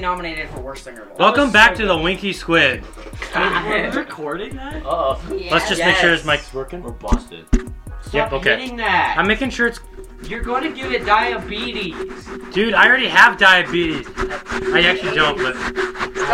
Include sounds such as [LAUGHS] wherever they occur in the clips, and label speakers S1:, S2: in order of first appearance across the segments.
S1: nominated for worst singer. of all.
S2: Oh,
S3: Welcome back to the Winky Squid.
S2: Wait,
S1: God.
S2: we're recording that?
S4: Uh oh.
S3: Let's just make sure his mic.
S4: It's working? We're busted.
S1: Stop
S3: okay.
S1: hitting that.
S3: I'm making sure it's.
S1: You're going to give it diabetes.
S3: Dude, I already have diabetes. I actually don't, but.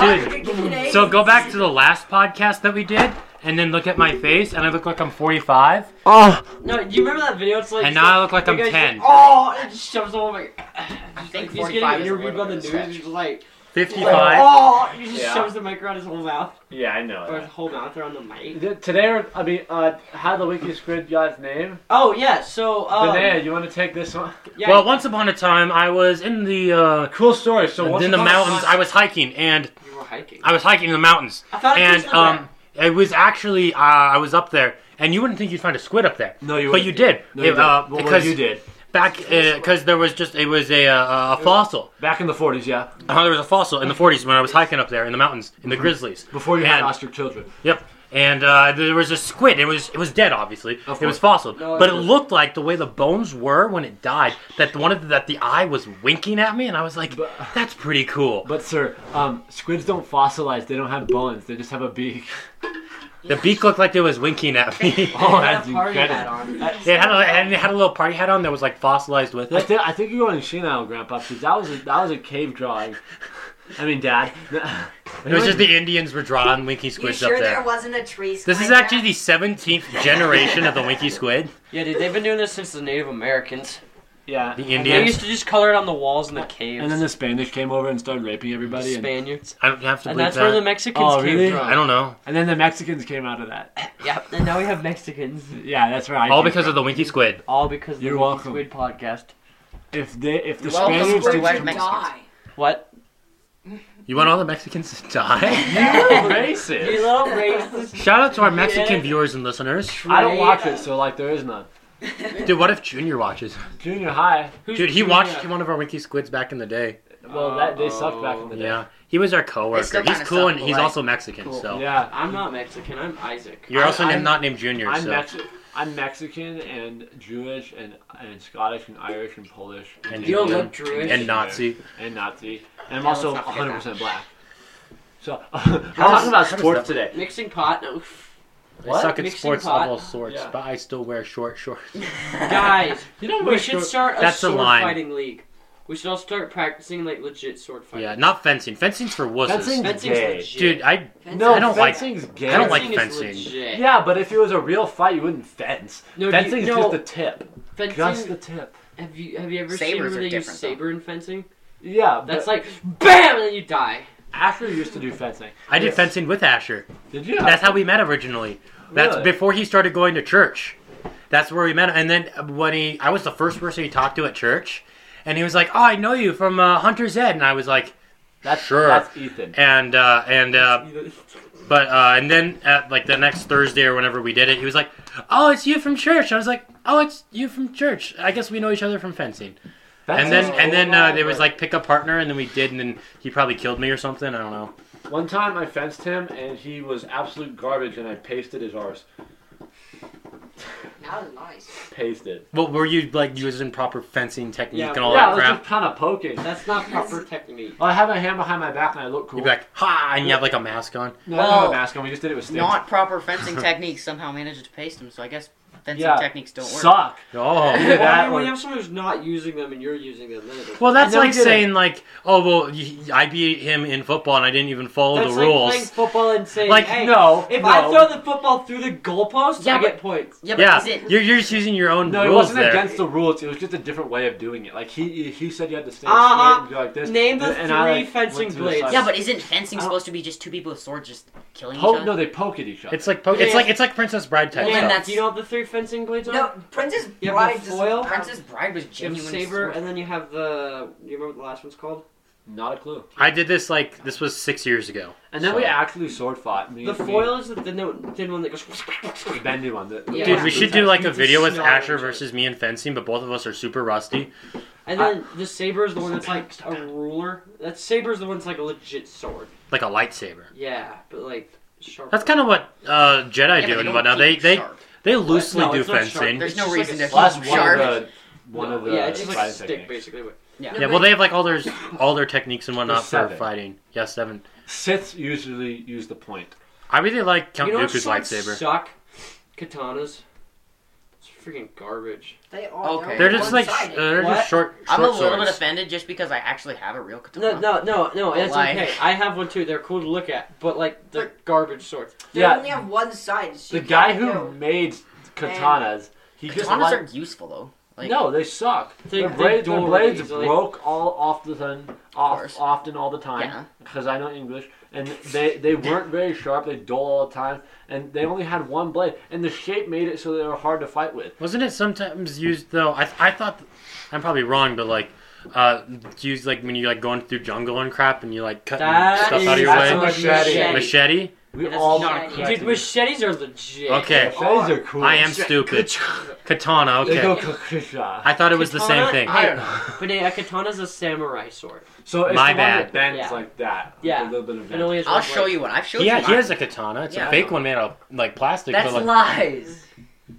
S3: Dude. So go back to the last podcast that we did and then look at my face and I look like I'm 45
S4: Oh.
S2: No, you remember that video? It's like
S3: and now I look like I'm 10.
S2: Oh, it just shoves the whole like,
S1: I
S2: like
S1: think
S2: he's
S1: 45
S2: getting
S1: is a
S2: interviewed by
S1: little bit
S2: the news.
S1: of a
S2: He's just like, like
S3: 55.
S2: oh, he just
S4: Yeah.
S2: shoves the mic around his whole mouth
S4: Yeah, I know.
S2: or his
S4: that.
S2: whole mouth around the mic.
S4: Th- Today, we're- I mean, uh, how the Wiki Squid got its name.
S2: Oh yeah, so um,
S4: Linnea, you want to take this one?
S2: yeah,
S3: Well, once upon a time, I was in the. Uh,
S4: Cool story. So once
S3: in the
S4: upon a
S3: mountains,
S4: time-
S3: I was hiking, and
S2: you
S3: [LAUGHS]
S2: were hiking.
S3: I was hiking in the mountains,
S2: I thought it
S3: and
S2: was
S3: um, it was actually uh, I was up there, and you wouldn't think you'd find a squid up there.
S4: No, you
S3: But you
S4: wouldn't.
S3: did.
S4: No, you
S3: It, uh,
S4: didn't. Well,
S3: because
S4: you did.
S3: back because there was just it was a uh, a fossil.
S4: Back in the 40s, yeah.
S3: Uh, there was a fossil in the 40s when I was hiking up there in the mountains in
S4: Mm-hmm.
S3: the Grizzlies.
S4: Before you had
S3: And-
S4: ostrich children.
S3: Yep. And uh, there was a squid. It was it was dead, obviously.
S4: Of
S3: It was
S4: course.
S3: fossil,
S2: No,
S3: but
S2: it
S3: it
S2: was-
S3: looked like the way the bones were when it died. That one of the, that the eye was winking at me, and I was like,
S4: But-
S3: "That's pretty cool."
S4: But, sir, um, squids don't fossilize. They don't have bones. They just have a beak.
S3: The beak looked like it was winking at me.
S4: [LAUGHS] Oh,
S2: I had
S4: that's
S2: a party hat
S4: incredible.
S2: on.
S3: It had a, and it had a little party hat on that was like fossilized with
S4: I,
S3: it.
S4: thi- I think you're going senile, Grandpa, because that was a, that was a cave drawing. I mean, Dad.
S3: [LAUGHS] It was just the Indians were drawing Winky
S5: You
S3: squids
S5: sure
S3: up
S5: there
S3: there.
S5: wasn't a tree?
S3: This is actually the 17th generation of the Winky squid.
S2: Yeah, dude, they've been doing this since the Native Americans.
S4: yeah.
S3: The
S2: They used
S3: Indians.
S2: to just color it on the walls in the caves.
S4: And then the Spanish came over and started raping
S2: the
S4: everybody. And,
S2: Spaniards.
S3: I don't have to
S2: And
S3: believe
S2: that's where the
S3: that.
S2: Mexicans
S4: Oh,
S2: came
S4: really?
S2: from.
S3: I don't know.
S4: and then the Mexicans came out of that.
S2: Yep, and now we have Mexicans.
S4: Yeah, that's right.
S3: All because of the Winky squid.
S2: All because of
S4: You're
S2: the
S4: welcome.
S2: Squid podcast.
S4: if they if the
S1: You're welcome,
S4: Spaniards
S1: Squid.
S4: did
S1: Black
S5: Black
S1: Mexicans.
S5: die.
S2: What?
S3: You want all the Mexicans to die?
S2: [LAUGHS]
S4: [LAUGHS]
S2: You
S4: racist.
S2: little racist.
S3: Shout out to our Mexican
S2: Yeah.
S3: viewers and listeners.
S4: I don't watch it, so like there is none.
S3: Dude, what if Junior watches?
S4: Junior high.
S2: Who's
S3: Dude, he
S2: doing
S3: watched
S2: that?
S3: one of our Winky squids back in the day.
S4: Well, that they sucked back in the day.
S3: Yeah, he was our
S1: They still
S3: coworker. He's
S1: kinda
S3: cool and
S1: sound
S3: he's
S1: alike.
S3: also Mexican.
S2: Cool.
S3: So
S4: Yeah.
S2: I'm not Mexican. I'm Isaac.
S3: you're
S4: I-
S3: also
S4: I'm-
S3: not named Junior.
S4: I'm,
S3: so.
S4: Mexi- I'm Mexican and Jewish and, and Scottish and Irish and Polish
S3: And
S2: You don't
S3: Indian.
S2: look Jewish.
S3: and Nazi.
S4: and Nazi. And I'm
S1: Yeah,
S4: also
S1: let's not forget
S4: 100
S1: that.
S4: percent black. So [LAUGHS] we're
S3: How does-
S4: talking about
S3: how does that-
S4: sports today.
S2: Mixing pot. No.
S3: I
S2: [LAUGHS]
S4: What?
S3: suck at
S2: Mixing
S3: sports
S2: pot?
S3: of all sorts,
S4: Yeah.
S3: but I still wear short shorts.
S2: Guys,
S4: You
S3: [LAUGHS]
S4: know
S2: we should start a
S3: That's a
S2: sword
S3: line.
S2: fighting league. We should all start practicing like legit sword fighting.
S3: Yeah, not fencing. Fencing's for wusses.
S4: Fencing-
S2: Fencing's
S4: Gay.
S2: legit.
S3: Dude, I
S4: No,
S3: I don't like-
S4: fencing's gay.
S3: I don't like
S2: Fencing is
S3: fencing.
S2: legit.
S4: Yeah, but if it was a real fight, you wouldn't fence.
S2: No, do you-
S4: Fencing's
S2: no.
S4: just the tip.
S2: Fencing,
S4: Just the tip.
S2: have you have you ever
S1: Sabers
S2: seen where
S1: are
S2: they use
S1: different, though.
S2: saber in fencing?
S4: Yeah,
S2: That's
S4: that's
S2: like BAM and then you die.
S4: Asher used to do fencing.
S3: I did
S4: Yes.
S3: fencing with Asher.
S4: Did you?
S3: That's how we met originally. That's
S4: Really?
S3: before he started going to church. That's where we met. And then when he, I was the first person he talked to at church, and he was like, "Oh, I know you from uh, Hunter's Ed," and I was like,
S4: That's
S3: Sure.
S4: That's Ethan.
S3: and uh, and uh, but uh, and then at like the next Thursday or whenever we did it, he was like, "Oh, it's you from church." I was like, "Oh, it's you from church." I guess we know each other from fencing. and then
S4: Fencing's
S3: and then uh,
S4: wild,
S3: there was
S4: but-
S3: like pick a partner, and then we did, and then he probably killed me or something. I don't know.
S4: One time I fenced him and he was absolute garbage and I pasted his arse.
S5: That was nice.
S4: Pasted.
S3: But were you like using proper fencing technique
S2: Yeah.
S3: and all
S4: yeah, I
S3: Oh, that
S4: was
S3: crap?
S4: just kind of poking.
S2: That's [LAUGHS] not proper technique.
S4: Well, I have my hand behind my back and I look cool.
S3: You'd be like, ha, and you have like a mask on.
S4: no, I don't have
S1: Well,
S4: a mask on. We just did it with sticks.
S1: Not proper fencing techniques somehow managed to paste them, so I guess fencing
S4: Yeah.
S1: techniques don't work.
S4: Suck. [LAUGHS]
S3: Oh.
S4: Either
S2: Well, I
S4: that
S2: mean, when you
S4: or
S2: have someone who's not using them and you're using them, then it's
S3: Well, that's
S4: And then we
S3: like
S4: did it.
S3: saying like, oh well, y- I beat him in football and I didn't even follow
S2: that's
S3: the
S2: like
S3: rules.
S2: playing football and saying,
S3: Like,
S2: hey,
S4: no.
S2: if
S4: no.
S2: I throw the football through the goalpost,
S1: Yeah,
S2: I get points.
S1: Yeah, but
S3: yeah,
S1: is it?
S3: you're, you're just using your own
S4: no, it
S3: rules
S4: wasn't
S3: there.
S4: against the rules. It was just a different way of doing it. Like he he said you had to stand
S2: Uh-huh.
S4: straight and go like this.
S2: Name the
S4: and I,
S2: three
S4: like,
S2: fencing
S4: went to the
S2: blades.
S4: side.
S1: Yeah, but isn't fencing
S4: I don't-
S1: supposed to be just two people with swords just killing each
S4: Po-
S1: other?
S4: no, they poke at each other.
S3: It's like po- it's
S2: Yeah.
S3: like it's like Princess Bride type
S2: Well,
S1: Yeah,
S3: stuff.
S2: then
S1: that's-
S2: do you know what the three fencing blades are?
S5: No, Princess
S2: You have
S5: Bride.
S2: the
S5: just-
S2: foil?
S5: Princess
S1: Princess Bride was
S2: You have
S1: genuine.
S2: saber, and then you have the. You remember what the last one's called?
S4: not a clue.
S3: I did this like this was six years ago.
S4: And then
S3: So-
S4: we actually sword fought. Me,
S2: The
S4: me-
S2: foil is the thin, thin one that goes.
S4: the bendy one. The, the
S2: Yeah.
S3: Dude, we
S4: blue
S3: should
S4: tie.
S3: do like a
S2: It's a
S3: video with
S2: snarl
S3: Asher
S2: joke.
S3: versus me and fencing, but both of us are super rusty.
S2: And then the saber is the one that's like a ruler. That saber is the one that's like a legit sword.
S3: Like a lightsaber.
S2: Yeah, but like sharp.
S3: That's kind of what uh, Jedi do and whatnot. They they they loosely
S2: No,
S3: do
S2: it's not sharp.
S3: fencing.
S1: There's
S2: It's
S1: no
S2: just
S1: reason
S2: like a
S1: to-
S4: Well, that's
S2: slap
S4: one
S1: Sharp.
S4: of the one
S2: No,
S4: of the
S2: yeah, it's just like a
S4: fighting
S2: stick
S4: techniques.
S2: basically. But
S1: Yeah.
S3: Yeah, well, they have like all their all their techniques and whatnot
S4: There's
S3: for
S4: seven.
S3: fighting. Yeah, seven.
S4: Siths usually use the point.
S3: I really like Count
S2: you know what
S3: Dooku's
S2: swords
S3: lightsaber.
S2: Suck katanas. It's freaking garbage.
S5: They are.
S1: Oh, Okay.
S3: they're just like sh-
S5: one-sided.
S3: they're
S2: What?
S3: just short. short
S1: I'm a little
S3: swords.
S1: bit offended just because I actually have a real katana.
S2: No, no, no, no.
S1: But
S2: It's
S1: why?
S2: okay. I have one too. They're cool to look at, but like they're garbage swords.
S5: They
S4: Yeah.
S5: only have one side. so
S4: The
S5: you
S4: guy
S5: can't
S4: who
S5: go.
S4: made katanas, he just
S1: Katanas
S4: liked-
S1: are useful though. Like,
S4: no, they suck.
S2: They-
S4: their
S2: they
S4: blades, their
S2: dull
S4: blades
S2: easily.
S4: broke all off the time,
S1: course.
S4: off, often all the time. Because I know English, and they they weren't very sharp. They dull all the time, and they only had one blade. And the shape made it so they were hard to fight with.
S3: Wasn't it sometimes used though? I I thought I'm probably wrong, but like uh used like when you like going through jungle and crap and you like cutting
S2: That
S3: uh, stuff
S2: is
S3: out of your
S4: that's
S3: way.
S4: a machete.
S3: Machete.
S4: We
S1: That's
S4: all
S1: not
S5: a
S2: Dude, machetes are legit.
S3: Okay.
S4: Machetes are cool.
S3: I am stupid. Katana.
S4: They go
S3: Okay.
S4: kakusha.
S3: I thought it was the same
S2: Katana?
S3: thing.
S2: I don't know. But a katana's a samurai sword.
S4: So it's
S3: My
S4: the
S3: bad.
S4: one that bends
S2: Yeah.
S4: like that. with
S2: Yeah.
S4: a little bit of
S2: It
S4: bend.
S2: only has
S1: I'll
S2: one
S1: show
S2: blade.
S1: you one. I've showed
S3: Yeah,
S1: you.
S3: he
S1: mine.
S3: has a katana. It's
S1: Yeah.
S3: a fake one made out of like plastic.
S1: That's
S3: but, like,
S1: lies.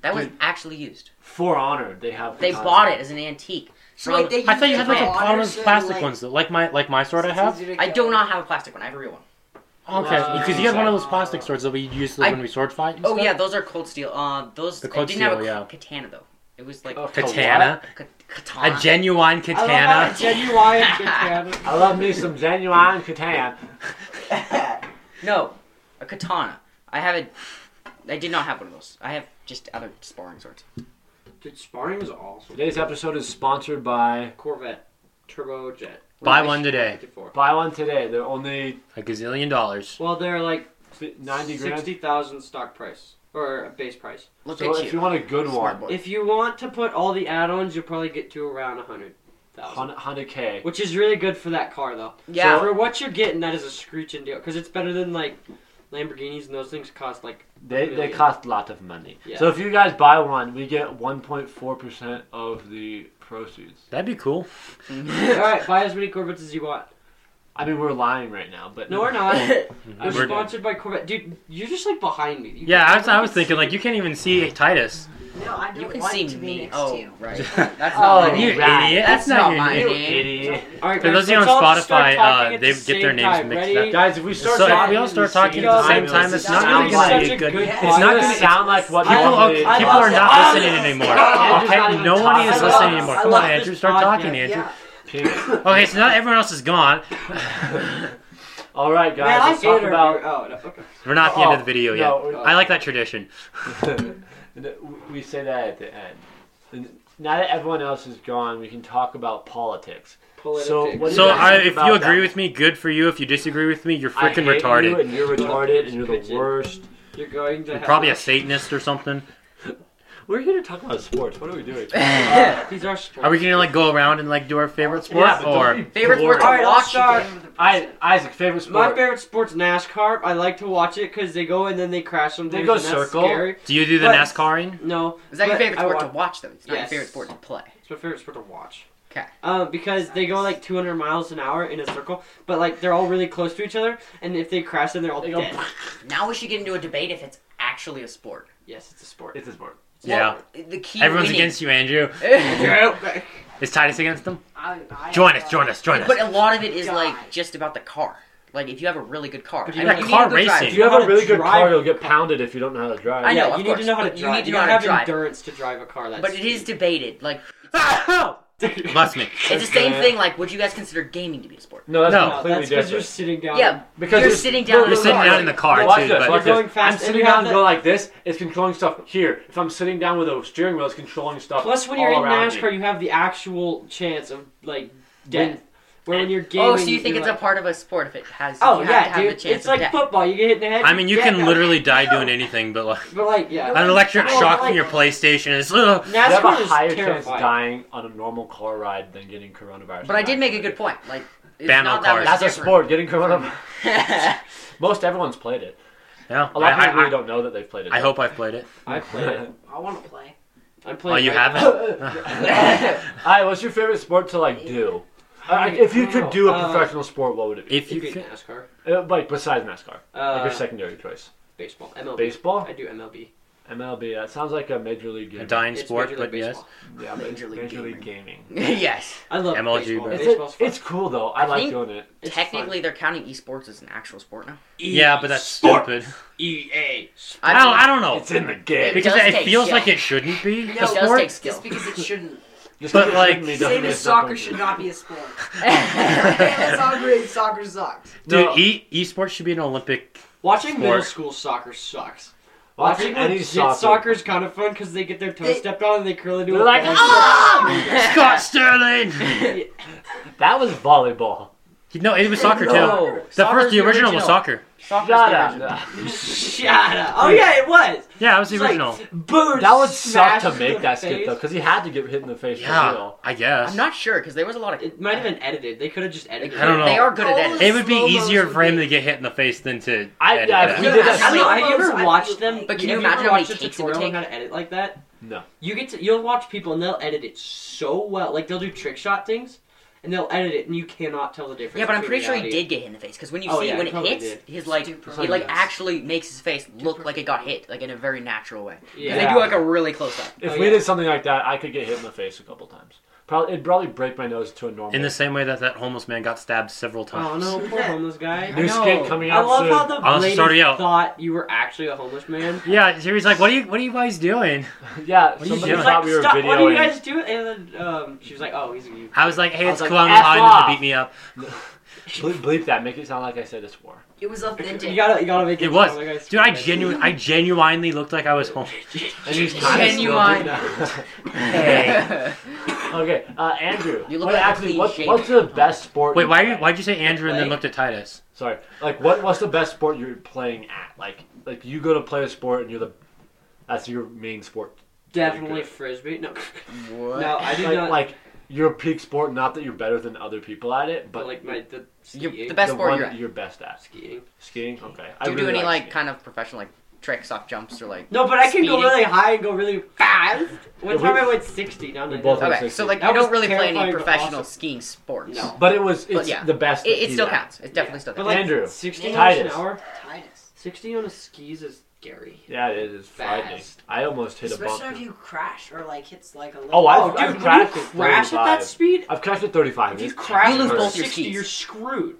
S1: That was actually used.
S4: For honor, they have.
S1: They
S4: katanas.
S1: bought it as an antique.
S5: So like they.
S3: I thought you
S5: use
S3: had like
S5: it
S3: a
S5: for
S3: one
S5: honor,
S3: of those
S5: so,
S3: plastic
S5: like,
S3: ones, that, like my like my sword I
S5: it's
S3: have.
S5: easier to
S1: I
S5: get.
S1: do not have a plastic one. I have a real one.
S3: Okay, because you had one of those plastic swords that we used
S1: I-
S3: when we sword fight. and
S1: Oh
S3: stuff.
S1: yeah, those are cold steel. Uh, those
S3: The
S1: I
S3: cold
S1: didn't have a
S3: steel,
S1: ca- katana though. It was like
S4: Oh,
S3: katana,
S1: ka- katana.
S3: a genuine
S2: I love how
S3: katana.
S2: genuine katana.
S4: I love me some genuine katan.
S1: no, a katana. I have a. I did not have one of those. I have just other sparring swords.
S2: Dude, sparring is awesome.
S4: Today's episode is sponsored by
S2: Corvette, turbojet.
S3: Buy one today,
S4: Buy One Today. They're only
S3: a gazillion dollars.
S2: Well, they're like
S4: fi- 90 grand.
S2: sixty thousand stock price or base price.
S1: Look
S4: So
S1: at
S4: if you
S1: you.
S4: want a good
S1: Smart
S4: one,
S1: boy.
S2: If you want to put all the add-ons, you'll probably get to around a hundred thousand,
S4: 100K.
S2: which is really good for that car though.
S1: yeah.
S2: For what you're getting, that is a screeching deal because it's better than like Lamborghinis and those things cost like [LAUGHS]
S4: They, they
S2: Really?
S4: cost a lot of money.
S2: Yeah.
S4: So if you guys buy one, we get 1.4% of the proceeds.
S3: That'd be cool.
S2: all right, buy as many Corvettes as you want.
S4: I mean, we're lying right now, but
S2: No, we're
S4: [LAUGHS]
S2: not.
S3: Mm-hmm.
S2: We're
S4: We're-
S2: sponsored by Corvette, dude. You're just like behind me. You
S3: Yeah, I was, I
S2: can't
S3: was
S2: see.
S3: thinking like you can't even see Titus.
S5: No, I
S1: [LAUGHS]
S5: don't
S1: you can
S5: want
S1: see
S5: to be
S1: me.
S5: next to
S1: Oh,
S5: you.
S1: right. That's
S4: Oh,
S1: not.
S3: you
S1: right.
S4: rat.
S3: idiot.
S1: That's
S3: not
S1: not
S3: your
S1: my
S3: name.
S1: name.
S4: Idiot.
S2: All right,
S3: For
S2: guys,
S3: those of you
S2: let's
S3: on
S2: all just start
S3: Spotify,
S2: talking
S3: uh,
S2: at
S3: they get
S2: the
S3: their
S2: same
S3: names
S2: time.
S3: mixed
S2: Ready?
S4: Guys, if we start
S3: So if
S4: talking
S3: we all
S4: at the
S3: start talking
S4: same
S3: at the same
S2: time,
S3: time, it's
S4: it's
S3: not
S2: gonna
S3: going
S2: be
S3: to
S2: such
S3: be
S2: a
S3: a good.
S2: good
S3: It's
S4: It's
S3: not
S4: not
S3: going
S4: going
S3: to
S4: to sound like what
S3: People
S4: people
S3: are,
S4: did.
S3: people
S2: I
S3: are
S2: love it.
S3: not
S2: I
S3: listening
S2: love it.
S3: anymore.
S2: I
S4: love
S3: Okay,
S4: it.
S3: no one
S4: I
S3: is
S4: love
S3: listening
S4: this.
S3: anymore.
S2: I
S3: Come
S2: love
S3: on, Andrew,
S2: this
S3: start talking,
S2: podcast.
S3: Andrew.
S5: Yeah.
S3: Okay, so now everyone else is gone. [LAUGHS]
S4: All right, guys,
S2: Man, I
S4: let's talk
S2: hate her.
S4: about
S2: Oh, no, okay.
S3: We're not at the end of
S4: Oh,
S3: the video yet.
S4: no, we're-
S3: I
S4: [LAUGHS]
S3: like that tradition.
S4: we say that at the end. And now that everyone else is gone, we can talk about politics. So, what do
S3: So
S4: you guys
S3: I,
S4: think
S3: if
S4: about
S3: you agree
S4: that?
S3: with me, good for you. If you disagree with me, you're
S4: I
S3: freaking
S4: hate You
S3: retarded.
S4: and you're retarded, and you're the worst.
S2: You're going to
S3: You're
S2: have
S3: probably a Satanist or something.
S4: We're here to talk about sports. What are we
S3: [LAUGHS]
S4: doing?
S2: Uh, These are sports.
S3: Are we gonna like go around and like do our favorite sport
S4: Yeah, but don't
S3: or
S4: be
S1: Favorite sport
S4: boring.
S1: to
S2: All right, I'll
S1: watch
S2: start.
S1: again with the
S4: I, Isaac, favorite
S2: My
S4: sport.
S2: favorite sport's NASCAR. I like to watch it because they go and then they crash sometimes.
S4: They go
S2: and that's
S4: circle.
S2: Scary.
S3: do you do the
S2: But-
S3: NASCARing?
S2: No,
S1: Is that your
S2: but
S1: favorite
S2: I
S1: sport to
S2: watch-
S1: watch though? It's not
S2: Yes.
S1: your favorite sport to play.
S2: It's my favorite sport to watch.
S1: 'Kay.
S2: Uh, because they go like 200 miles an hour in a circle, but like they're all really close to each other, and if they crash, then they're all
S4: They go
S2: dead.
S4: [LAUGHS]
S1: Now we should get into a debate if it's actually a sport.
S2: yes, it's a sport.
S4: It's a sport.
S3: Yeah.
S1: The key.
S3: Everyone's
S1: winning-
S3: against you, Andrew.
S2: [LAUGHS]
S4: [LAUGHS]
S2: Yeah.
S3: Is Titus against them?
S5: I, I,
S3: Join us, join us, join
S1: [LAUGHS]
S3: us.
S1: But a lot of it is
S5: Die.
S1: like just about the car. Like if you have a really good car,
S2: But
S1: I
S2: you
S1: know
S2: got
S1: you need
S3: car
S1: a good driver.
S3: racing.
S4: If you have
S2: How
S4: a
S2: to
S4: really good
S2: drive
S4: car,
S2: a
S4: you'll get
S2: car.
S4: pounded if you don't know how to drive.
S1: I know, of
S2: you need to
S1: course,
S2: know how to
S1: but
S2: drive.
S1: you need to know
S2: gotta
S1: how to
S2: have
S1: drive.
S2: endurance to drive a car. That's
S1: But it is debated. Like
S3: Bless me.
S1: it's the same thing. Like would you guys consider gaming to be a sport?
S4: No, that's
S3: No,
S2: No,
S4: completely
S2: that's because
S4: different.
S2: you're sitting down.
S1: Yeah,
S4: Because
S1: you're
S4: it's-
S1: sitting down. in
S3: You're
S1: the
S3: sitting
S1: car.
S3: down in the car
S4: watch
S3: too.
S4: this,
S3: but-
S4: watch
S2: You're going
S4: this.
S2: fast
S4: I'm
S2: and
S4: sitting
S2: you
S4: down
S2: have
S4: and go
S2: that-
S4: like this. It's controlling stuff here. If I'm sitting down with a steering wheel, it's controlling stuff.
S2: Plus, when you're
S4: all
S2: in
S4: around
S2: NASCAR,
S4: me.
S2: you have the actual chance of like death. Where when you're gaming,
S1: Oh, so you think
S2: you're
S1: it's
S2: like,
S1: a part of a sport if it has?
S2: Oh
S1: you
S2: yeah,
S1: have to have
S2: dude.
S1: the chance
S2: it's
S1: of
S2: like
S1: death.
S2: football. You get hit in the head.
S3: I mean, you
S2: dead.
S3: can literally die doing anything, but like
S2: But like, yeah.
S3: an electric
S2: No,
S3: shock
S2: but,
S3: from your
S2: like,
S3: PlayStation is. Ugh.
S4: You have
S2: NASCAR
S4: a
S2: is
S4: higher chance of
S2: terrifying.
S4: dying on a normal car ride than getting coronavirus.
S1: But I did make a good point. Like it's
S3: Ban all
S1: not that
S3: cars.
S1: much
S4: That's a
S1: different.
S4: sport. Getting coronavirus. [LAUGHS]
S1: [LAUGHS]
S4: Most everyone's played it.
S3: Yeah,
S4: A lot of
S3: I- I- I-
S4: people really don't know that they've played it.
S3: I hope I've played it.
S2: I played it.
S5: I want to play.
S2: I played.
S3: Oh,
S2: it
S3: you
S2: right
S3: haven't?
S2: [LAUGHS] now.
S4: [LAUGHS] Hi, what's your favorite sport to like do? Uh, if you could do a
S2: Uh,
S4: professional sport, what would it be?
S3: If you
S2: It'd be
S3: could,
S2: NASCAR,
S4: Uh, like besides NASCAR, like
S2: uh,
S4: your secondary choice.
S2: baseball, MLB.
S4: Baseball.
S2: I do MLB.
S4: MLB. That sounds like a major league game.
S3: A dying
S1: It's
S3: sport,
S1: Major League
S3: but yes.
S1: Baseball.
S4: Yeah, but it's
S1: Major League
S4: major league gaming.
S1: yes.
S2: I love
S3: MLG,
S2: baseball.
S3: bro.
S4: It's,
S2: Baseball's fun.
S4: it's cool though. I,
S1: I
S4: like
S1: think-
S4: doing it.
S2: It's
S1: Technically, they're counting esports as an actual sport now.
S4: E
S3: Yeah, but that's
S2: Sport.
S3: stupid.
S2: EA.
S3: I don't. I don't know
S4: It's in the game.
S1: It
S3: because
S1: does
S3: it,
S1: take
S3: feels
S1: skill.
S3: like it shouldn't be
S5: No,
S3: a
S5: it
S1: does
S3: sport.
S1: take skill.
S5: Just because it
S1: [LAUGHS]
S5: shouldn't.
S4: Just
S3: But,
S4: because it
S3: like-
S4: shouldn't be doesn't
S5: Same
S4: mean
S5: as
S4: it's not
S5: soccer
S4: good.
S5: should not be a sport. [LAUGHS]
S1: [LAUGHS]
S5: Let's all agree, soccer sucks.
S3: Dude,
S4: No.
S3: e esports should be an Olympic.
S2: Watching middle
S3: Sport.
S2: school soccer sucks.
S4: Watching
S2: Watching
S4: any
S2: legit
S4: soccer.
S2: soccer is kind of fun because they "Ah!" get their toes
S5: They-
S2: stepped on and they curl into
S4: They're
S2: a
S4: like,
S2: ball.
S3: Scott Sterling.
S4: That was volleyball.
S3: No, it was soccer too.
S1: No.
S3: The
S1: Soccer's
S3: first, the
S1: the
S3: original,
S1: original.
S3: was soccer.
S1: Soccer's
S4: Shut
S1: the
S4: up.
S1: original.
S2: [LAUGHS] Shut up. Oh yeah, it was.
S3: Yeah, that was the
S2: It's like,
S3: original.
S2: Boom.
S4: That would
S2: smash
S4: suck to
S2: in
S4: make
S2: the
S4: that skip
S2: face.
S4: though, because he had to get hit in the face
S3: yeah,
S4: for real.
S3: I guess.
S1: I'm not sure because there was a lot of.
S2: It might have been edited. They could have just edited.
S3: I don't know.
S1: They are good at editing.
S3: it would be
S5: Slow-mos
S3: easier
S5: would
S3: for him
S5: be-
S3: to get hit in the face than to.
S4: I-
S3: edit
S4: yeah, if
S3: that.
S4: we did that-
S2: I don't know. Have you
S5: Slow-mos,
S2: ever
S5: I
S2: watched
S5: feel
S2: them?
S5: like-
S1: But can
S2: have
S1: you imagine
S2: ever
S1: how many
S2: watched a
S1: takes it would
S2: tutorial on
S1: take?
S2: how to edit like that?
S4: No.
S2: You get to, you'll watch people and they'll edit it so well. Like they'll do trick shot things and they'll edit it and you cannot tell the difference.
S1: Yeah, but I'm
S2: between
S1: pretty sure he
S2: reality.
S1: did get hit in the face because when you
S2: Oh,
S1: see
S2: yeah,
S1: when
S2: he
S1: it
S2: probably
S1: hits,
S2: did.
S1: his like
S4: Probably
S1: it like
S4: does.
S1: actually makes his face look like it got hit like in a very natural way. 'Cause
S2: Yeah.
S1: They do like a really close up.
S4: If
S2: Oh,
S4: we
S2: yeah.
S4: did something like that, I could get hit in the face a couple times. Probably it'd probably break my nose to a normal.
S3: In the same way that that homeless man got stabbed several
S2: Oh
S3: times.
S2: no, [LAUGHS] poor homeless guy.
S4: new
S1: I know.
S4: skit coming
S2: I
S4: out
S2: love
S4: soon.
S2: how the
S3: Honestly,
S2: lady
S3: sorry, yeah.
S2: thought you were actually a homeless man.
S3: Yeah, so he's like, "What are you? What are you guys doing?"
S4: [LAUGHS] yeah,
S3: you
S4: somebody
S3: doing?
S4: thought
S2: Like,
S4: we were
S2: stop,
S4: videoing.
S2: what do you guys do? And then um, she was like, oh, he's you.
S3: I was like, "Hey,
S4: I
S3: it's
S4: was like,
S3: Cologne
S4: "F
S3: High, and
S4: off."
S3: they beat me up."
S4: bleep, bleep that. Make it sound like I said it's war.
S5: It was authentic.
S2: You gotta, you gotta make it.
S3: It was,
S2: sound like
S3: dude. I
S2: swear.
S3: genuinely, I genuinely looked like I was home.
S4: And you kinda still do
S1: Genuine.
S4: that. [LAUGHS]
S1: [LAUGHS]
S3: Hey.
S4: okay, uh, Andrew.
S1: You look
S4: what
S1: like a
S4: actually,
S1: clean
S4: what,
S1: shaven
S4: what's the best sport?
S3: Wait,
S4: you
S3: why?
S4: play?
S3: you- Why'd you say Andrew and then looked at Titus?
S4: Sorry, like what? What's the best sport you're playing at? Like, like you go to play a sport and you're the, that's your main sport.
S2: definitely frisbee. No,
S1: what?
S2: no, I did
S4: Like,
S2: not.
S4: like your peak sport. Not that you're better than other people at it, but
S2: but like my the
S1: You're
S2: skiing.
S1: the best
S4: the
S1: sport
S4: one
S1: you're
S4: that
S1: at.
S4: you're best at.
S2: skiing.
S4: Skiing. Okay.
S1: Do you do any like kind of professional like tricks off jumps or like?
S2: No, but I can go
S1: Speeding.
S2: really high and go really fast. One
S4: Yeah,
S2: time
S4: we-
S2: I went sixty. Now
S4: we
S2: I
S4: both-
S2: know.
S1: Okay, so like
S2: That
S1: you don't
S2: was
S1: really play any
S2: terrifying, but
S1: professional
S2: awesome.
S1: skiing sports.
S2: No.
S4: But it was. It's
S1: yeah.
S4: the best.
S1: It,
S4: that
S1: it
S4: he's
S1: still
S4: at.
S1: counts. It definitely still
S2: But
S1: counts.
S2: like
S4: Andrew,
S2: sixty miles an
S4: Titus.
S2: hour.
S5: Titus.
S2: Sixty on the skis is scary.
S4: Yeah, it is frightening.
S2: Fast.
S4: I almost hit a bump.
S5: Especially if you crash or like hits like a little.
S4: Oh, I-
S2: Oh,
S4: I've
S2: dude, when you
S4: crashed at
S2: crash at
S4: 35.
S2: that speed,
S4: I've crashed at 35.
S2: if you
S4: It's-
S2: crash
S1: You lose
S2: at
S1: both your
S2: 60,
S1: skis.
S2: you're screwed.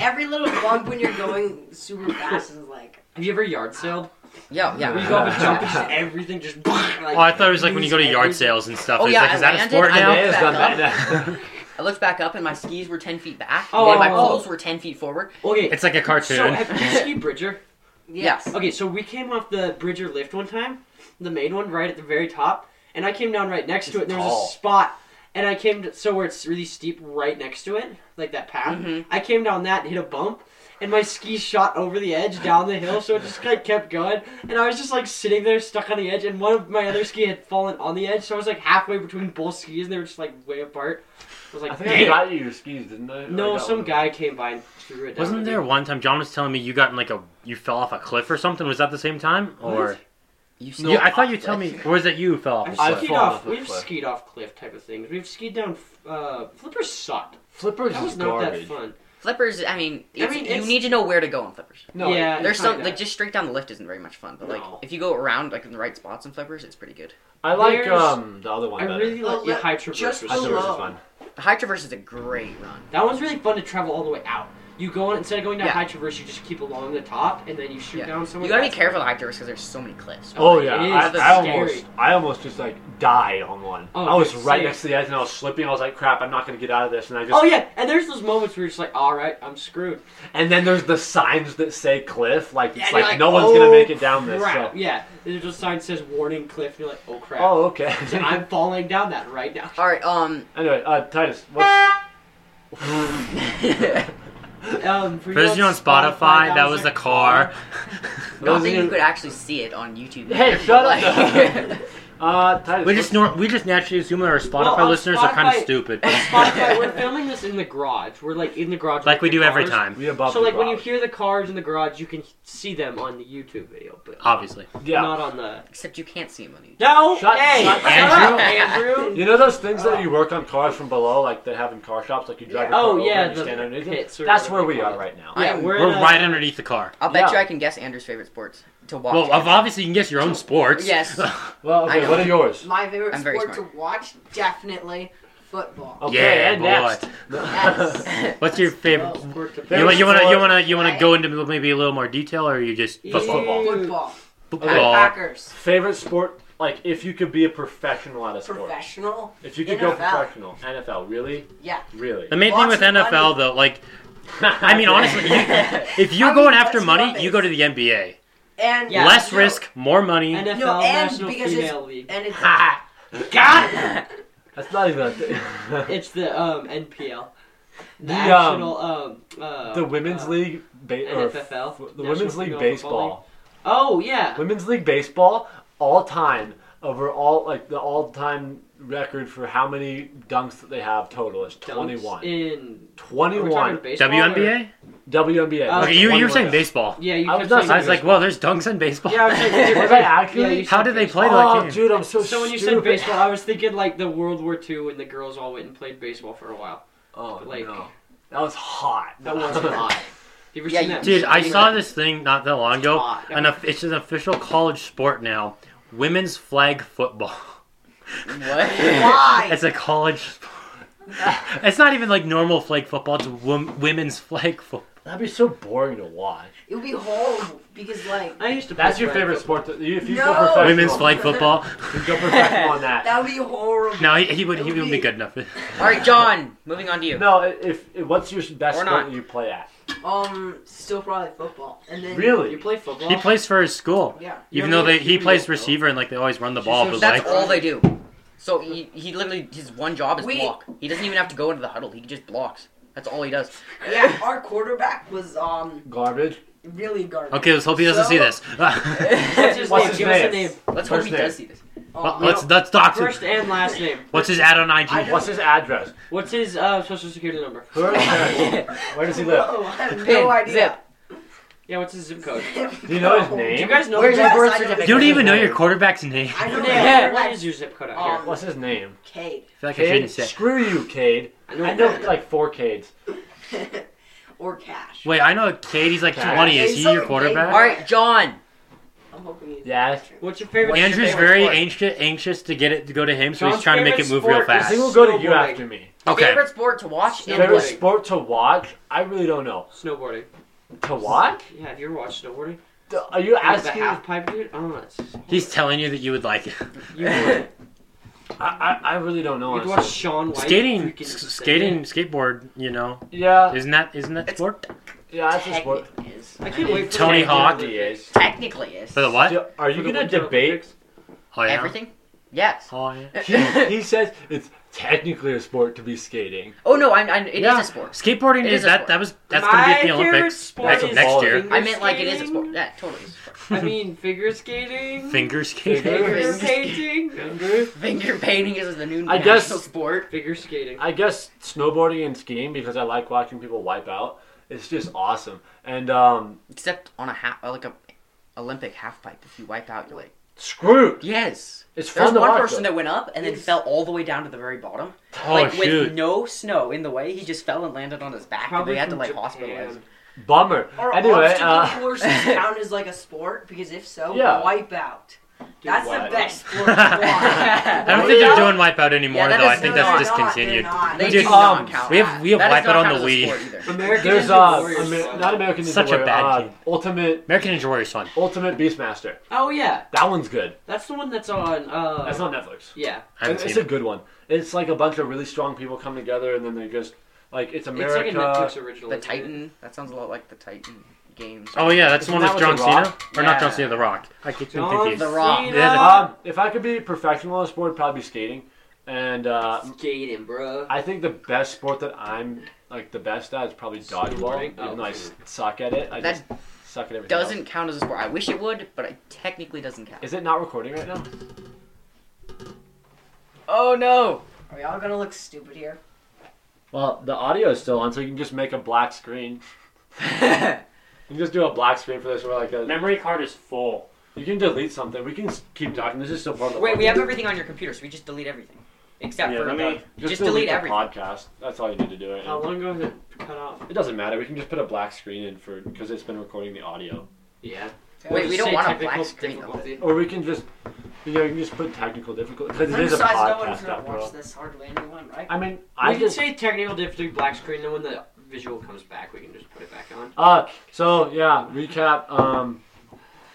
S5: every little bump when you're going super fast is
S1: [LAUGHS]
S5: like.
S2: Have you ever
S3: [LAUGHS]
S2: yard sailed?
S1: Yeah, yeah.
S2: Where you go up a jump and just everything just. [LAUGHS]
S3: Oh, I thought it was like when you go to
S2: lose
S3: yard
S2: every-
S3: sales and stuff.
S1: Oh,
S3: it's
S1: yeah,
S3: like,
S1: I
S3: is that a
S1: landed,
S3: sport
S1: I
S3: now?
S1: landed.
S4: Andrea's done
S1: back
S4: [LAUGHS] that.
S1: I looked back up and my skis were ten feet back,
S2: Oh,
S1: and my
S2: oh, oh.
S1: poles were ten feet forward.
S2: Okay,
S3: It's like a cartoon.
S2: So have you ski Bridger?
S5: Yes.
S2: Okay, so we came off the Bridger lift one time, the main one right at the very top, and I came down right next to
S4: It's
S2: it. And there
S4: tall.
S2: was a spot, and I came to, so where it's really steep right next to it, like that path.
S4: Mm-hmm.
S1: Mhm.
S2: I came down that and hit a bump, and my ski shot over the edge down the hill, so it just like kept going, and I was just like sitting there stuck on the edge, and one of my other ski had fallen on the edge, so I was like halfway between both skis, and they were just like way apart. I was like,
S4: I think I
S2: "Damn."
S4: got you your skis, didn't I? Or I
S2: no,
S4: got
S2: some
S4: one.
S2: guy came by and threw it down.
S3: Wasn't
S2: at
S3: there
S2: me.
S3: one time John was telling me you got in like a you fell off a cliff or something? Was that the same time or?
S1: You
S3: You- I thought you told me. Or was it you who fell off? a
S2: I've
S4: I've
S3: cliff?
S2: skied
S4: fallen
S2: off.
S4: off a
S2: We've
S4: cliff.
S2: skied off cliff type of things. We've skied down. Uh, flippers sucked.
S4: Flippers
S2: That
S4: is
S2: was not
S4: garbage.
S2: that fun.
S1: Flippers. I mean,
S2: I
S1: it's,
S2: mean,
S1: you
S2: it's-
S1: need to know where to go on flippers.
S4: No,
S2: yeah,
S1: There's some
S2: kinda.
S1: like just straight down the lift isn't very much fun, but like
S2: No.
S1: if you go around like in the right spots in flippers, it's pretty good.
S4: I like
S2: There's-
S4: um the other one
S2: I
S4: better.
S2: really like the
S5: Oh, let-
S2: high traverse.
S5: just
S2: was
S4: I
S5: a
S4: thought
S2: so
S4: it was
S5: little-
S2: much
S4: just
S5: Hello.
S4: fun.
S1: The high traverse is a great run.
S2: That one's really fun to travel all the way out. You go on instead of going down
S1: Yeah.
S2: high traverse, you just keep along the top, and then you shoot
S1: Yeah.
S2: down somewhere.
S1: You gotta be
S2: else.
S1: careful of the high traverse because there's so many cliffs.
S4: Oh
S2: It
S4: yeah,
S2: is
S4: I,
S2: the
S4: I almost,
S2: scary.
S4: I almost just like died on one.
S2: Oh,
S4: I was
S2: dude,
S4: right
S2: same.
S4: next to the edge and I was slipping. I was like, "Crap, I'm not gonna get out of this." And I just,
S2: Oh yeah, and there's those moments where you're just like, all right, I'm screwed.
S4: and then there's the signs that say cliff, like
S2: Yeah,
S4: it's
S2: and you're
S4: like,
S2: like,
S4: no one's
S2: "Oh,
S4: gonna make it down this.
S2: Crap.
S4: So.
S2: Yeah, there's a sign that says warning cliff, and you're like, oh crap.
S4: Oh okay.
S2: [LAUGHS] I'm falling down that right now. [LAUGHS]
S1: All right. Um.
S4: [LAUGHS]
S1: [LAUGHS]
S4: anyway, uh, Titus, what's
S2: Um, for
S3: For those of you on Spotify, that was
S2: a
S3: the car.
S1: Don't
S4: those
S1: think
S4: of
S1: you
S4: you-
S1: could actually see it on YouTube. [LAUGHS]
S4: Hey, shut up.
S1: Like-
S4: uh Titus?
S3: We just nor- we just naturally assume that our Spotify
S2: on
S3: listeners are kind
S2: Spotify-
S3: of stupid,
S2: On Spotify, we're filming this in the garage. We're like in the garage,
S3: like we
S2: with the
S3: do every
S2: cars.
S3: time,
S4: we above
S2: So
S4: the
S2: like when you
S4: clouds.
S2: hear the cars in the garage, you can see them on the YouTube video, but
S3: [LAUGHS] obviously.
S4: Uh, yeah.
S2: not on the.
S1: Except you can't see him on YouTube.
S2: No,
S4: Shut-
S2: hey,
S4: shut-
S2: up,
S1: Andrew.
S2: Andrew.
S4: [LAUGHS] You know those things that you work on cars from below, like they have in car shops, like you drive your car
S2: Oh
S4: over
S2: yeah,
S4: and you
S2: the
S4: stand underneath it.
S2: pits or
S4: That's where
S2: whatever
S4: we
S2: they call
S4: are
S2: it.
S4: right now.
S1: I
S2: Yeah,
S1: am-
S2: we're,
S3: We're
S2: in a-
S3: right underneath the car.
S1: I'll bet
S4: Yeah.
S1: you I can guess Andrew's favorite sports. to watch.
S3: Well, ob- obviously you can guess your own sports. [LAUGHS]
S1: Yes.
S4: Well,
S1: I
S4: okay,
S1: know.
S4: what are yours?
S5: My favorite
S1: I'm very
S5: sport
S1: smart.
S5: to watch, definitely football.
S4: Okay,
S3: Yeah,
S4: and
S3: boy. [LAUGHS]
S4: next.
S5: Yes.
S3: What's your favorite?
S5: Oh,
S3: You,
S4: Favorite
S3: you want to you
S4: sport?
S3: want to you want
S5: I-
S3: to go into maybe a little more detail, or you just
S2: Just
S4: football.
S5: football.
S3: football?
S5: Packers.
S4: Favorite sport? Like, if you could be a professional at a sport.
S5: Professional.
S4: If you could go
S5: NFL.
S4: professional. NFL, really?
S5: Yeah.
S4: Really?
S3: The main thing with
S5: Lots of
S3: NFL
S5: money.
S3: though, like I
S4: [LAUGHS]
S3: mean, honestly, you, if you're
S5: I mean,
S3: going after
S5: let's
S3: money,
S5: love it.
S3: you go to the NBA.
S5: And
S2: Yeah.
S3: Less
S5: no,
S3: risk, more money.
S2: NFL
S5: No, and
S2: National
S5: because it's-
S2: Female League.
S5: And it's
S4: Ha!
S2: God,
S4: That's not even a thing.
S2: it's the um NPL, the
S4: The, um,
S2: National um, uh,
S4: [LAUGHS] the Women's
S2: uh,
S4: League. Ba- or f-
S2: NFFL,
S4: the
S2: National
S4: Women's
S2: Female
S4: League
S2: Football
S4: Baseball.
S2: Oh yeah,
S4: Women's League Baseball, all time, over all, like, the all time record for how many dunks that they have total is
S2: Dunks
S4: 21.
S2: in are we
S4: 21.
S2: talking baseball or-
S3: WNBA?
S4: WNBA.
S2: Uh,
S3: Okay, you you were
S4: 21.
S3: saying baseball.
S2: Yeah, you
S4: I
S2: kept
S4: was not-
S2: saying
S3: I was like,
S2: baseball.
S3: well, there's dunks in baseball.
S2: Yeah, I was
S4: [LAUGHS]
S2: like, [LAUGHS]
S4: Was I accurate?
S2: you
S3: How
S2: said
S3: did they
S2: baseball.
S3: play
S4: Oh,
S3: that game?
S4: dude, I'm so
S2: So when you said
S4: stupid.
S2: baseball, I was thinking like the World War II when the girls all went and played baseball for a while.
S4: [LAUGHS] Oh
S2: Like-
S4: no, that was hot.
S2: That [LAUGHS] was hot. You ever
S1: Yeah,
S2: seen
S1: you-
S2: that?
S3: Dude, I
S2: meme?
S3: saw this thing not that long ago.
S2: Hot.
S3: An, of- it's an official college sport now. Women's flag football.
S1: [LAUGHS] What?
S5: why?
S3: [LAUGHS] It's a college. sport. It's not even like normal flag football. It's wom- women's flag
S5: [LAUGHS]
S3: football.
S4: [LAUGHS] That'd be so boring to watch.
S5: It would be horrible because like
S2: I used to.
S4: That's
S2: play
S4: your
S2: flag
S4: favorite
S2: football.
S4: sport. To, if you
S5: No!
S4: go professional,
S3: Women's flag football. [LAUGHS]
S4: if you go professional on [LAUGHS] that.
S5: that would be horrible.
S3: No, he, he would he would be good enough. [LAUGHS]
S1: All right, John. Moving on to you.
S4: No, if, if what's your best
S1: Or
S4: sport
S1: not.
S4: that you play at?
S5: Um, still probably football. And then
S4: Really?
S2: You play football?
S3: He plays for his school.
S5: Yeah.
S3: Even
S2: Yeah,
S3: though they,
S2: he-
S3: he
S2: he
S3: plays
S2: will.
S3: receiver and like they always run the ball, but
S1: That's
S3: like
S1: all they do. So he, he literally his one job is
S5: We-
S1: block. He doesn't even have to go into the huddle. He just blocks. That's all he does.
S5: Yeah. Our quarterback was um
S4: Garbage.
S5: really garbage.
S3: okay, let's hope he doesn't see
S5: So-
S3: this. [LAUGHS]
S2: What's his
S4: What's
S2: name?
S4: his
S2: Give
S4: name?
S2: us a name.
S1: Let's hope
S4: First
S1: he
S4: name.
S1: does see this.
S5: [LAUGHS] Um,
S3: let's let's talk to.
S2: First and last name.
S3: What's his ad on IG?
S5: I don't-
S4: What's his address?
S2: What's his uh, social security number?
S4: Who are his parents? Where does he live?
S5: No, [LAUGHS] I have no
S1: Pin,
S5: [LAUGHS] idea.
S2: Yeah, what's his zip code?
S4: Do you know his
S5: No.
S2: Do you
S4: name?
S2: guys know
S1: Where's
S2: his
S1: your
S5: Yes,
S1: birth
S5: I know.
S1: certificate?
S3: You don't even know your quarterback's name. I
S5: I
S2: [LAUGHS]
S5: know
S2: Yeah,
S5: that.
S2: what is your zip code out here?
S5: Um,
S4: What's his name?
S5: Cade [LAUGHS]
S3: feel like I
S4: Cade.
S3: shouldn't say.
S4: Screw you, Cade. I know like four Cades.
S5: or Cash.
S3: Wait, I know a Cade. He's like
S4: Yeah.
S3: 20. Is
S5: He's
S3: he
S5: so
S3: your
S5: big.
S1: All
S3: quarterback?
S1: right, John.
S5: I'm hoping you.
S4: Yeah.
S2: What's your favorite?
S3: Andrew's
S2: what's your
S3: very
S2: favorite
S3: anxious anxious to get it to go to him, so
S2: John's
S3: he's trying to make it
S2: favorite
S3: move real
S2: sport is
S4: I
S3: fast.
S4: think we'll go to you
S2: Snowboarding.
S4: after me.
S3: Okay.
S1: Favorite sport to watch?
S2: Yeah,
S1: And
S4: Favorite
S2: Snowboarding.
S1: play?
S4: sport to watch? I really don't know.
S2: sport? Snowboarding.
S4: To watch?
S2: Yeah, have you ever watched snowboarding?
S4: The- Are you
S2: Like the
S4: asking? I,
S2: half pipe dude? Oh, that's.
S3: He's telling you that you would [LAUGHS] like it.
S2: You would.
S4: I, I really don't know.
S2: You'd watch
S4: honestly.
S2: Sean White.
S3: Skating,
S2: freaking
S3: s-
S2: sing.
S3: skating, skateboard. You know,
S4: Yeah,
S3: isn't that isn't that
S1: Uh, It's-
S3: sport?
S4: yeah, that's a sport.
S1: Technically is.
S2: I can't wait for
S3: Tony
S2: the-
S3: Hawk.
S1: Technically is.
S3: For the what?
S4: Do- Are you
S2: For the
S4: gonna
S2: Winter
S4: debate?
S2: Olympics.
S3: Oh yeah.
S1: Everything? Yes.
S3: [LAUGHS]
S1: [LAUGHS]
S3: Oh yeah.
S4: [LAUGHS] He, he says it's technically a sport to be skating.
S1: Oh no, I'm, I'm, it is
S3: Yeah.
S1: a sport.
S3: Skateboarding
S1: It
S3: is
S1: is a
S3: that
S1: sport.
S3: that was that's gonna be at the
S2: My favorite
S3: Olympics.
S2: sport
S3: Next-
S2: is
S3: next year.
S2: figure
S1: I meant like it is a sport.
S2: skating.
S1: Yeah, totally. Is a sport. [LAUGHS]
S2: I mean, figure skating.
S3: Finger skating.
S4: Finger-
S2: Figure
S1: Fingers.
S2: skating.
S1: Finger painting is the new
S4: I
S1: national
S4: guess-
S1: sport.
S2: Figure skating.
S4: I guess snowboarding and skiing because I like watching people wipe out. It's just awesome. And um,
S1: Except on a half, like a Olympic half pipe. If you wipe out, you're like,
S4: screwed.
S1: yes.
S4: It's
S1: There was
S4: fun to
S1: one
S4: watch.
S1: person
S4: though.
S1: that went up and then
S5: Yes.
S1: fell all the way down to the very bottom,
S3: Oh
S1: like with
S3: shoot.
S1: no snow in the way. He just fell and landed on his back, and they had to like hospitalize him.
S4: Bummer.
S5: Are
S4: Anyway,
S5: obstacle
S4: uh,
S5: courses count as like a sport? Because if so,
S4: Yeah.
S5: wipe out. That's
S4: wipe out.
S5: the best sport to
S3: [LAUGHS]
S5: watch.
S3: I don't think they're
S5: Yeah.
S3: doing Wipeout anymore
S1: Yeah, that
S3: though. I
S1: is-
S3: think
S1: no,
S3: that's
S1: they're
S5: not,
S3: discontinued.
S5: they're not.
S1: They
S4: Dude,
S1: do
S4: um,
S1: not count.
S3: We have we have
S1: That is
S3: Wipeout
S1: not
S3: on
S1: counted as
S3: the
S1: a
S3: Wii.
S1: sport either.
S2: American
S4: there's
S2: Ninja
S4: uh,
S2: Warriors.
S4: Amer- not American Ninja
S3: Such a
S4: Warrior,
S3: bad
S4: uh,
S3: game.
S4: Ultimate
S3: American Ninja Warrior's fun.
S4: Ultimate Beastmaster.
S2: Oh yeah,
S4: That one's good.
S2: that's the one that's on. Uh,
S4: That's on Netflix.
S2: Yeah.
S3: I haven't
S4: It's
S3: seen
S4: a
S3: it.
S4: good one. It's like a bunch of really strong people come together, and then they just like it's America.
S2: It's like a Netflix original.
S1: The
S2: isn't it?
S1: Titan. That sounds a lot like the Titan games.
S3: Oh yeah, that's the one
S4: Isn't that
S3: with John
S4: with The
S3: Cena,
S4: Rock?
S3: or not John
S1: Yeah.
S3: Cena, The Rock. I get them
S2: John
S3: confused.
S1: The Rock.
S2: Cena.
S3: Yeah,
S4: um, if I could be professional in a sport, it'd probably be skating. And uh,
S2: skating, bro.
S4: I think the best sport that I'm like the best at is probably dodgeball.
S2: Skateboarding?
S4: Even
S2: Oh,
S4: though I
S2: sure.
S4: s- suck at it, I
S1: That
S4: just suck at everything.
S1: doesn't
S4: else.
S1: count as a sport. I wish it would, but it technically doesn't count.
S4: Is it not recording right now?
S1: Oh no!
S5: Are we all gonna look stupid here?
S4: Well, the audio is still on, so you can just make a black screen. You can just do a black screen for this, or like a.
S3: Memory card is full.
S4: You can delete something. We can s- keep talking. This is still part of the.
S1: Wait, we
S4: podcast.
S1: have everything on your computer, so we just delete everything. Except
S3: Yeah,
S1: for
S3: let
S1: the-
S3: me-
S1: just, delete,
S4: the
S1: everything.
S4: Podcast. That's all you need to do it.
S2: How long ago was it cut off?
S4: It doesn't matter. We can just put a black screen in for because it's been recording the audio.
S2: Yeah.
S1: Wait, we don't want a
S2: Technical
S1: black screen though.
S2: difficulty.
S4: Or we can just, you know, you can just put technical difficulty because it
S5: And
S4: is a
S5: besides, no
S4: podcast.
S5: one's gonna
S4: after
S5: watch
S4: all.
S5: this hardly anyone, right?
S4: I mean,
S2: We
S4: I
S2: can
S4: just
S2: say technical difficulty, black screen, then when the visual comes back, we can just put it back on.
S4: Uh, so yeah, recap. Um,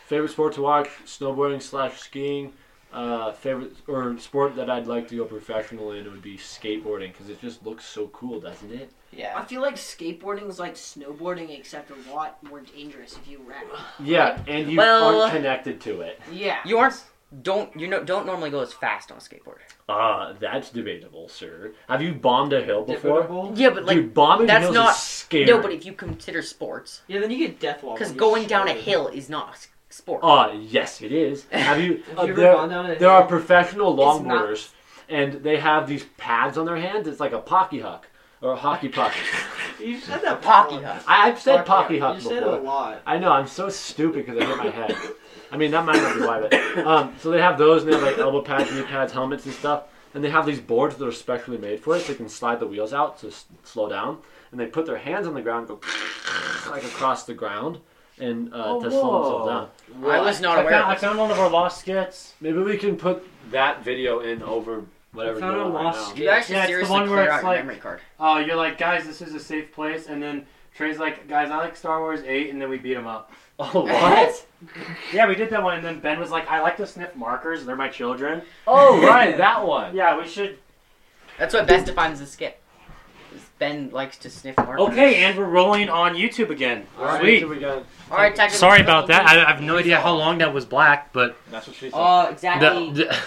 S4: favorite sport to watch: snowboarding slash skiing. Uh, favorite or sport that I'd like to go professional in would be skateboarding because it just looks so cool, doesn't it?
S5: I
S2: Yeah.
S5: feel like skateboarding is like snowboarding, except a lot more dangerous if you wreck.
S4: Yeah, and you
S1: Well-
S4: aren't connected to it.
S5: Yeah.
S1: You aren't. Don't you know? Don't normally go as fast on a skateboard.
S4: Uh, that's debatable, sir. Have you bombed a hill before?
S2: Debatable.
S1: Yeah, but like
S4: Dude, bombing
S1: that's
S4: hills
S1: not-
S4: is scary.
S1: no. But if you consider sports,
S2: Yeah, then you get death wall.
S1: because
S2: when you
S1: going down a
S2: shoot.
S1: hill is not a s- sport.
S3: Oh.
S4: Uh, yes, it is.
S1: [LAUGHS]
S4: Have you?
S2: Have
S4: uh,
S2: you ever
S4: there,
S2: gone down a
S4: there
S2: hill?
S4: are professional
S5: not-
S4: longboarders, and they have these pads on their hands. It's like a pocky huck or a hockey puck.
S2: You said that
S1: Pocky
S2: before.
S1: huck.
S4: I, I've said pocky huck
S2: You
S4: before.
S2: said it a lot.
S4: I know I'm so stupid because I hit my head. I mean that might not be why, but um, so they have those and they have like elbow pads, knee pads, helmets and stuff, and they have these boards that are specially made for it, so they can slide the wheels out to s- slow down, and they put their hands on the ground, go [LAUGHS] like across the ground, and uh,
S3: Oh,
S4: to slow
S3: whoa.
S4: themselves down.
S1: I was not
S3: I
S1: aware.
S3: found, I
S1: Of this.
S3: found one of our lost skits.
S4: Maybe we can put that video in over
S2: I
S4: whatever you
S2: found a
S4: want right
S2: lost
S4: now. [LAUGHS]
S1: You guys should
S3: Yeah, it's the
S1: seriously
S3: one where
S1: clear
S3: it's
S1: out your
S3: like-
S1: memory card.
S3: Oh, you're like, guys, this is a safe place, and then Trey's like, guys, I like Star Wars Eight, and then we beat him up.
S1: [LAUGHS]
S4: Oh what?
S3: Yeah, we did that one, and then Ben was like, I like to sniff markers; they're my children.
S4: oh right, that one.
S3: Yeah, we should.
S1: That's what best defines the skit. is Ben likes to sniff markers.
S3: Okay, and we're rolling on YouTube again.
S4: All right,
S3: Sweet.
S4: so we got-
S1: All right. Technical
S3: Sorry about that. I, I have no
S1: difficulty
S3: idea how long that was black, but
S6: That's what she said.
S1: resolved. Uh,
S3: the,
S1: exactly
S3: the-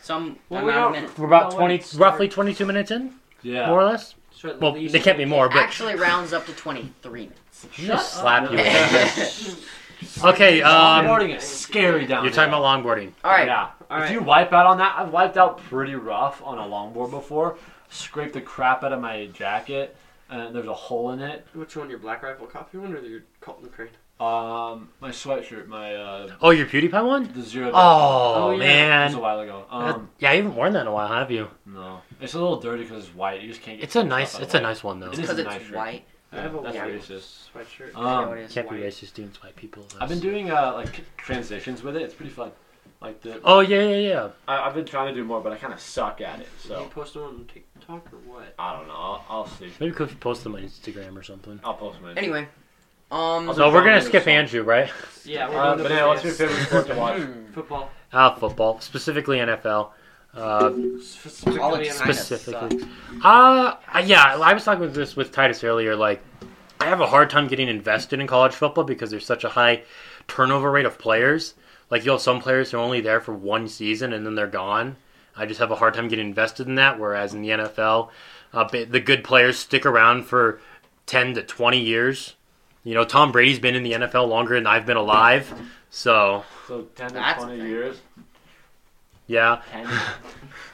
S1: some
S2: Well, we
S1: amount of
S2: don't-
S1: minutes.
S3: [LAUGHS] we're about
S2: How long
S3: twenty,
S2: did it start?
S3: roughly twenty-two minutes in,
S4: yeah.
S3: more or less.
S2: So at
S3: Well,
S2: least-
S3: they can't be more, but
S1: Actually, rounds up to twenty-three minutes.
S3: I'm gonna slap you. with that. [LAUGHS]
S1: All
S3: Okay, um,
S4: Longboarding is scary down.
S3: you're talking about longboarding.
S1: right.
S4: Yeah.
S2: All
S4: If
S2: right.
S4: you wipe out on that, I've wiped out pretty rough on a longboard before. Scraped the crap out of my jacket. Uh, there's a hole in it.
S2: Which one, your Black Rifle Coffee one or your Colton Crane?
S4: Um, my sweatshirt, my uh,
S3: Oh, your PewDiePie one?
S4: the zero.
S3: Oh,
S2: Oh, yeah.
S4: It was a
S3: man.
S4: while ago. Um,
S3: yeah, I haven't worn that in a while, have you?
S4: no, it's a little dirty because it's white. You just can't. Get
S3: It's a
S4: clean
S3: nice,
S4: stuff out
S3: it's
S4: of
S3: a nice one though.
S4: It is
S1: Because
S4: a
S1: it's
S4: nice shirt.
S1: white.
S2: I have a
S4: That's
S2: white
S4: racist.
S2: sweatshirt.
S4: Um,
S1: I know it is
S3: Can't be
S1: white.
S3: racist, dude. It's white people.
S4: I've been doing uh, like transitions with it. It's pretty fun. Like the
S3: Oh yeah, yeah, yeah.
S4: I, I've been trying to do more, but I kind of suck at it.
S2: Did you
S4: So
S2: post it on TikTok or what?
S4: I don't know. I'll, I'll see.
S3: Maybe could post them on Instagram or something.
S4: I'll post mine.
S1: Anyway, um,
S4: Also-
S3: So we're gonna
S4: Something
S3: skip
S4: song.
S3: Andrew, right?
S2: Yeah,
S4: Uh, but anyway, what's your favorite sport to watch?
S1: hmm,
S2: football?
S3: Ah, football, specifically NFL. Uh,
S2: Specifically,
S1: Kinda
S3: specifically. Uh, yeah, I was talking with this with Titus earlier. Like, I have a hard time getting invested in college football because there's such a high turnover rate of players. Like, you'll have some players who are only there for one season and then they're gone. I just have a hard time getting invested in that. Whereas in the NFL, uh, ba- the good players stick around for 10 to 20 years. You know, Tom Brady's been in the NFL longer than I've been alive. So,
S4: So ten to
S1: That's a
S4: twenty
S1: thing.
S4: years.
S3: yeah.
S4: Ten.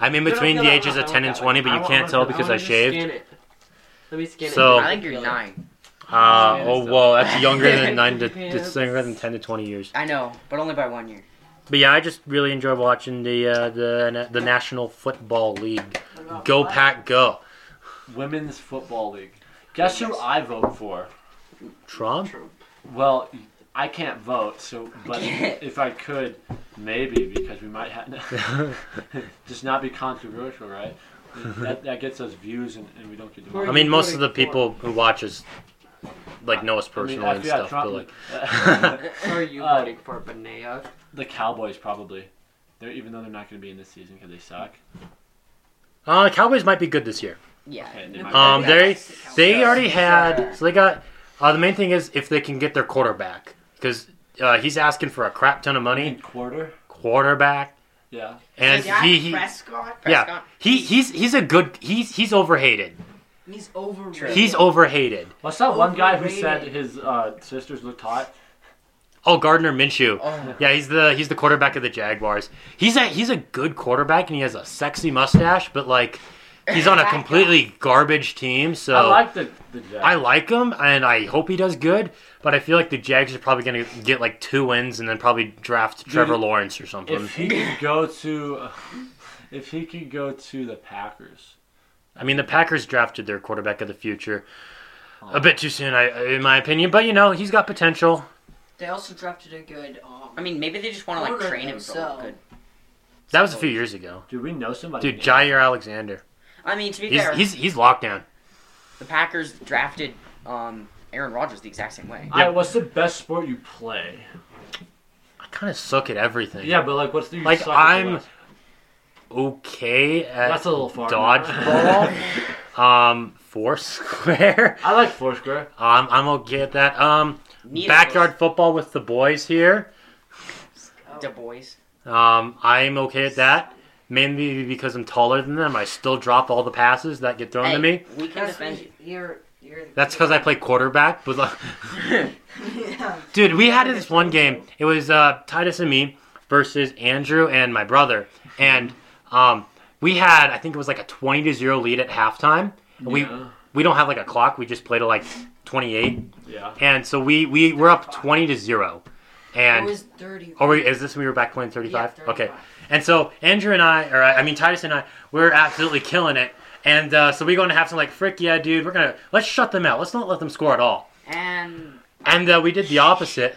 S3: I'm in
S2: No, no,
S3: between
S2: no,
S3: the
S2: no,
S3: ages
S2: no,
S3: of
S2: no,
S3: 10 and
S2: no,
S3: 20, but
S4: I
S3: you
S4: want-
S3: can't
S4: I
S3: tell
S4: want-
S3: because
S2: wanna
S3: I
S2: just
S3: shaved.
S2: Scan it. Let me scan
S3: So-
S4: oh,
S2: it.
S1: I think you're nine.
S3: Uh,
S4: Yeah,
S3: oh
S4: so-
S3: well, that's younger
S4: [LAUGHS]
S3: than nine to
S2: Yeah.
S3: it's younger than ten to twenty years.
S1: I know, but only by one year.
S3: But yeah, I just really enjoy watching the uh, the the National Football League. Go Pack Go.
S4: Women's football league. Guess who I vote for?
S3: Trump.
S4: Well, I can't vote, so but if I could, maybe because we might have [LAUGHS] just not be controversial, right? That, that gets us views, and, and we don't get.
S2: Who
S3: I
S2: are
S4: demonetized.
S3: mean, most of the people who watch us like know us
S4: I mean,
S3: personally and
S4: FBI
S3: stuff. But
S4: Trump-
S3: like,
S2: Are you
S4: Uh,
S2: voting for Benea?
S4: [LAUGHS] the Cowboys probably. They're even though they're not going to be in this season because they suck.
S3: uh, Cowboys might be good this year.
S1: Yeah.
S4: Okay, they
S1: no,
S4: might be
S3: Um,
S1: yeah,
S3: they
S1: that's the count.
S3: they already had so they got. Uh, the main thing is if they can get their quarterback because uh, he's asking for a crap ton of money.
S4: In quarter,
S3: Quarterback
S4: yeah.
S3: and
S5: Dak
S3: he, he
S5: Prescott.
S3: yeah
S1: Prescott.
S3: he he's he's a good he's he's overhated.
S5: He's overrated.
S3: He's overhated.
S4: What's that one guy who said
S5: Overrated.
S4: his uh, sisters looked hot?
S3: Oh, Gardner Minshew.
S1: Oh.
S3: Yeah, he's the he's the quarterback of the Jaguars. He's a he's a good quarterback and he has a sexy mustache, but like he's on a completely garbage team. So
S4: I like the the Jags.
S3: I like him and I hope he does good. But I feel like the Jags are probably going to get like two wins and then probably draft Trevor Lawrence or something.
S4: if he could go to, [LAUGHS] if he could go to the Packers.
S3: I mean, the Packers drafted their quarterback of the future a bit too soon, I, in my opinion. But you know, he's got potential.
S5: They also drafted a good. Um,
S1: I mean, maybe they just want to like
S5: Quarterback
S1: train him for
S5: himself.
S1: a good.
S3: That was a few years ago.
S4: Dude, we know somebody.
S3: Dude, Jair Alexander.
S1: I mean, to be
S3: He's
S1: fair,
S3: he's he's locked down.
S1: the Packers drafted um, Aaron Rodgers the exact same way.
S4: I, what's the best sport you play?
S3: I kind of suck at everything.
S4: Yeah, but like, what's the you
S3: Like,
S4: suck at the
S3: I'm-
S4: West?
S3: Okay at
S4: That's a little far. [LAUGHS]
S3: dodgeball. um, foursquare.
S4: I like foursquare.
S3: Um, I'm okay at that. Um,
S1: Neither of
S3: backyard football with the boys here.
S1: those- Du Bois.
S3: Um, I'm okay at that. Mainly because I'm taller than them, I still drop all the passes that get thrown
S1: Hey,
S3: to me.
S1: We can
S5: that's
S1: defend you.
S5: you're you're.
S3: That's because I play quarterback. But like,
S5: [LAUGHS]
S3: [LAUGHS]
S5: yeah.
S3: Dude, we had this one game. It was uh, Titus and me versus Andrew and my brother, and um, we had I think it was like a twenty to zero lead at halftime. And We
S4: Yeah.
S3: we don't have like a clock. We just play to like twenty eight,
S4: Yeah.
S3: and so we we were up twenty to zero,
S5: I
S3: and
S5: was dirty.
S3: or we, is this when we were back playing thirty
S5: Yeah,
S3: five? Okay,
S5: 35.
S3: and so Andrew and I, or I I mean Titus and I, we are absolutely killing it. And uh, so we going to have some like frick yeah, dude. We're gonna let's shut them out. Let's not let them score at all.
S1: And
S3: And uh, we did the opposite.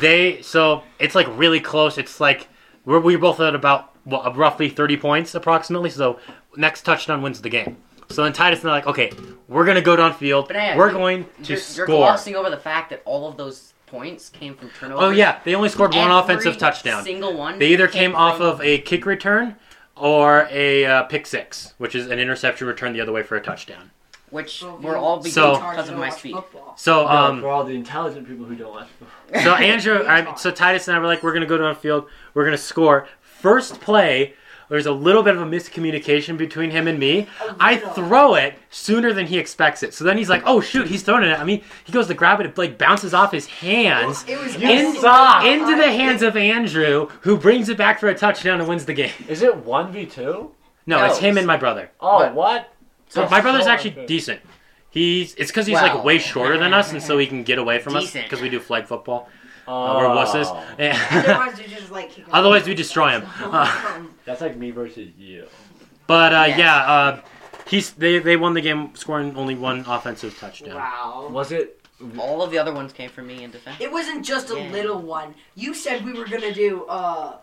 S3: They so it's like really close. It's like we're, we both at about well, roughly thirty points approximately. So next touchdown wins the game. So then Titus and I are like, okay, we're gonna go downfield.
S1: But hey,
S3: we're
S1: you-
S3: going to
S1: you're, you're
S3: score.
S1: glossing over the fact that all of those points came from turnovers.
S3: oh yeah, they only scored one
S1: Every
S3: offensive touchdown.
S1: Single one.
S3: They either came off
S1: from-
S3: of a kick return or a uh, pick six, which is an interception return the other way for a touchdown.
S1: which
S5: Well,
S1: were
S5: you
S1: all
S5: were
S1: because
S3: So-
S5: charged
S1: of
S5: to
S1: my
S5: watch
S1: speed.
S5: football.
S3: So um,
S4: no, for all the intelligent people who don't watch football.
S3: So Andrew, I, so Titus and I were like, we're gonna go downfield, we're gonna score. First play, there's a little bit of a miscommunication between him and me. I throw it sooner than he expects it. So then he's like, oh shoot, he's throwing it at me. He goes to grab it, it like bounces off his hands.
S5: It was
S4: You
S5: absolutely
S4: suck.
S3: Into the
S5: fine.
S3: [LAUGHS] hands of Andrew, who brings it back for a touchdown and wins the game.
S4: Is it one v two?
S3: No,
S1: No.
S3: it's him and my brother.
S4: Oh,
S1: What?
S4: what?
S3: So my brother's actually
S4: Solid.
S3: decent. He's it's because he's
S1: Wow.
S3: like way shorter than us, and so he can get away from us
S1: Decent.
S3: because we do flag football. Uh,
S4: Oh,
S3: we're wusses.
S5: Otherwise, you just like. kick him.
S3: Otherwise, we destroy him. Uh,
S4: That's like me versus you.
S3: But uh,
S1: Yes.
S3: yeah, uh, he's they they won the game scoring only one offensive touchdown.
S5: [LAUGHS] wow.
S4: Was it?
S1: All of the other ones came from me in defense.
S5: It wasn't just a
S1: Yeah.
S5: little one. You said we were gonna do uh,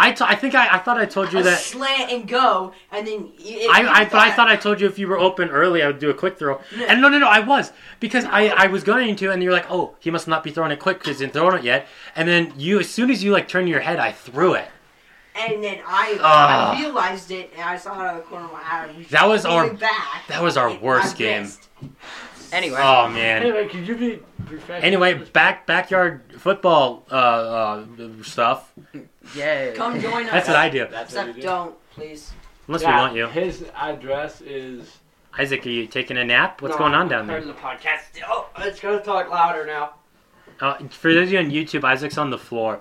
S3: I, t- I think I, I thought I told you
S5: a
S3: that.
S5: slant and go, and then it,
S3: I, I, but I thought I told you if you were open early, I would do a quick throw. And no, no, no, I was because I, I was going to, and you're like, oh, he must not be throwing it quick because he didn't throw it yet. And then you, as soon as you like turn your head, I threw it.
S5: and then I,
S3: Ah.
S5: I realized it, and I saw it out of the corner of my eye. and
S3: That was our-
S5: went back.
S3: that was our
S5: and
S3: worst
S5: I
S3: game.
S5: missed.
S1: Anyway,
S3: Oh man.
S4: Anyway, could you be professional?
S3: Anyway, back backyard football uh, uh, stuff.
S1: yay. [COUGHS]
S5: Come join us.
S3: That's what I do.
S4: That's what you
S5: Except
S4: do.
S5: don't, please.
S3: Unless
S4: Yeah,
S3: we want you,
S4: His address is.
S3: Isaac. Are you taking a nap? What's
S2: No,
S3: going
S2: I'm
S3: on down there?
S2: tired of the podcast. Oh, let's go talk louder now.
S3: Uh, for those of you on YouTube, Isaac's on the floor.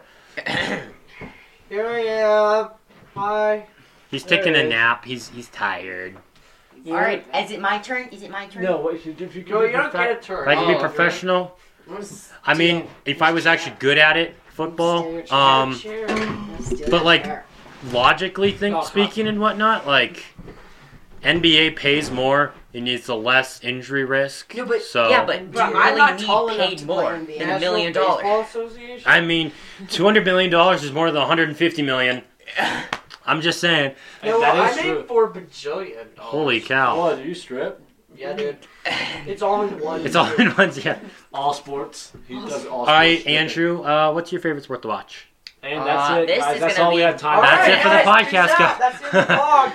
S2: Here I am. Hi.
S3: He's
S4: There
S3: taking
S4: it
S3: a
S4: is.
S3: nap. He's he's tired.
S1: All right, is it my turn? Is it my turn?
S4: No, wait, if you could
S2: No,
S4: be
S2: you don't
S4: profe-
S2: get a
S3: If
S2: turn.
S3: I could be
S1: Oh, okay.
S3: professional,
S1: Let's
S3: I mean, if I was actually good at it, football, um, but, like, logically think
S2: Oh,
S3: speaking and whatnot, like NBA pays more. It needs a less injury risk.
S5: No, but-
S3: so
S1: yeah, but do
S2: Bro,
S1: you
S2: I'm
S1: really
S2: not
S1: need
S2: tall enough
S1: paid
S5: to
S1: more
S5: play in the
S1: than a
S2: National
S1: million
S2: Baseball
S1: dollars?
S2: Association.
S3: I mean, two hundred million dollars is more than one hundred and
S1: [LAUGHS]
S3: fifty million. I'm just saying.
S2: no,
S4: that
S2: I
S4: is
S2: made
S4: true.
S2: four bajillion. Dollars.
S3: Holy cow!
S4: Oh, do you strip?
S2: Yeah, dude. It's all in one.
S3: It's all in one. Yeah.
S4: All sports. He does all.
S3: All right,
S4: sports stripping.
S3: Andrew. Uh, what's your favorite sport to watch?
S4: And that's
S1: Uh,
S4: it,
S1: this
S4: guys.
S1: is
S4: that's
S1: gonna
S4: all we
S1: be-
S4: have time.
S2: All
S4: for.
S3: That's it for the
S2: guys, peace
S3: podcast,
S2: out.
S3: guys.
S2: That's
S3: [LAUGHS]
S2: it for the vlog.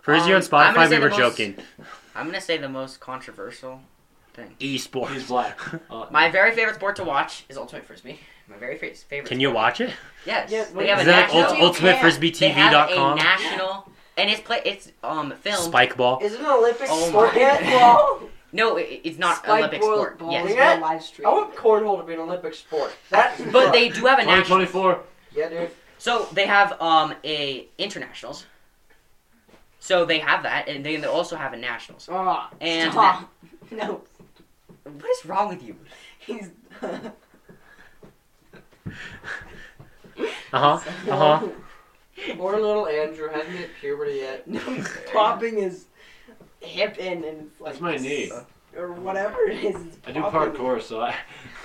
S3: For those of you on
S1: Um, I'm gonna
S3: Spotify,
S1: say
S3: we were
S1: the most-
S3: joking.
S1: I'm gonna say the most controversial.
S4: [LAUGHS] He's
S3: Esports.
S4: black.
S3: [LAUGHS]
S4: Uh,
S1: My very favorite sport to watch is ultimate frisbee. My very fa- favorite.
S3: Can you
S1: sport.
S3: watch it?
S1: Yes.
S2: Yeah,
S1: they
S2: wait,
S1: have
S3: Is
S1: a
S3: that
S1: national.
S3: ult-
S5: you can't.
S1: they have a
S3: ultimateFrisbee.com?
S1: national, and it's play. It's um filmed.
S3: Spike ball.
S2: Is it an [LAUGHS] Olympic
S1: Oh
S2: sport
S1: my
S2: yet?
S1: God.
S2: Well,
S1: No, it, it's not
S5: Spike
S1: Olympic
S5: ball-
S1: sport.
S5: balls
S1: Yes,
S5: were
S2: Yeah.
S5: live streamed.
S2: I want cornhole to be an Olympic sport. That's
S1: but they do have a national.
S4: 2024.
S2: Yeah, dude.
S1: So they have um a internationals. So they have that, and they also have a nationals.
S2: Ah,
S1: And
S5: [LAUGHS] Stop. No,
S1: what is wrong with you?
S5: he's. [LAUGHS]
S3: Uh huh. Uh huh.
S2: poor little Andrew hasn't [LAUGHS] hit puberty yet.
S5: No, he's popping his hip in and like.
S4: That's my knee.
S6: or whatever it is. It's
S4: I do
S6: popular.
S4: parkour, so I.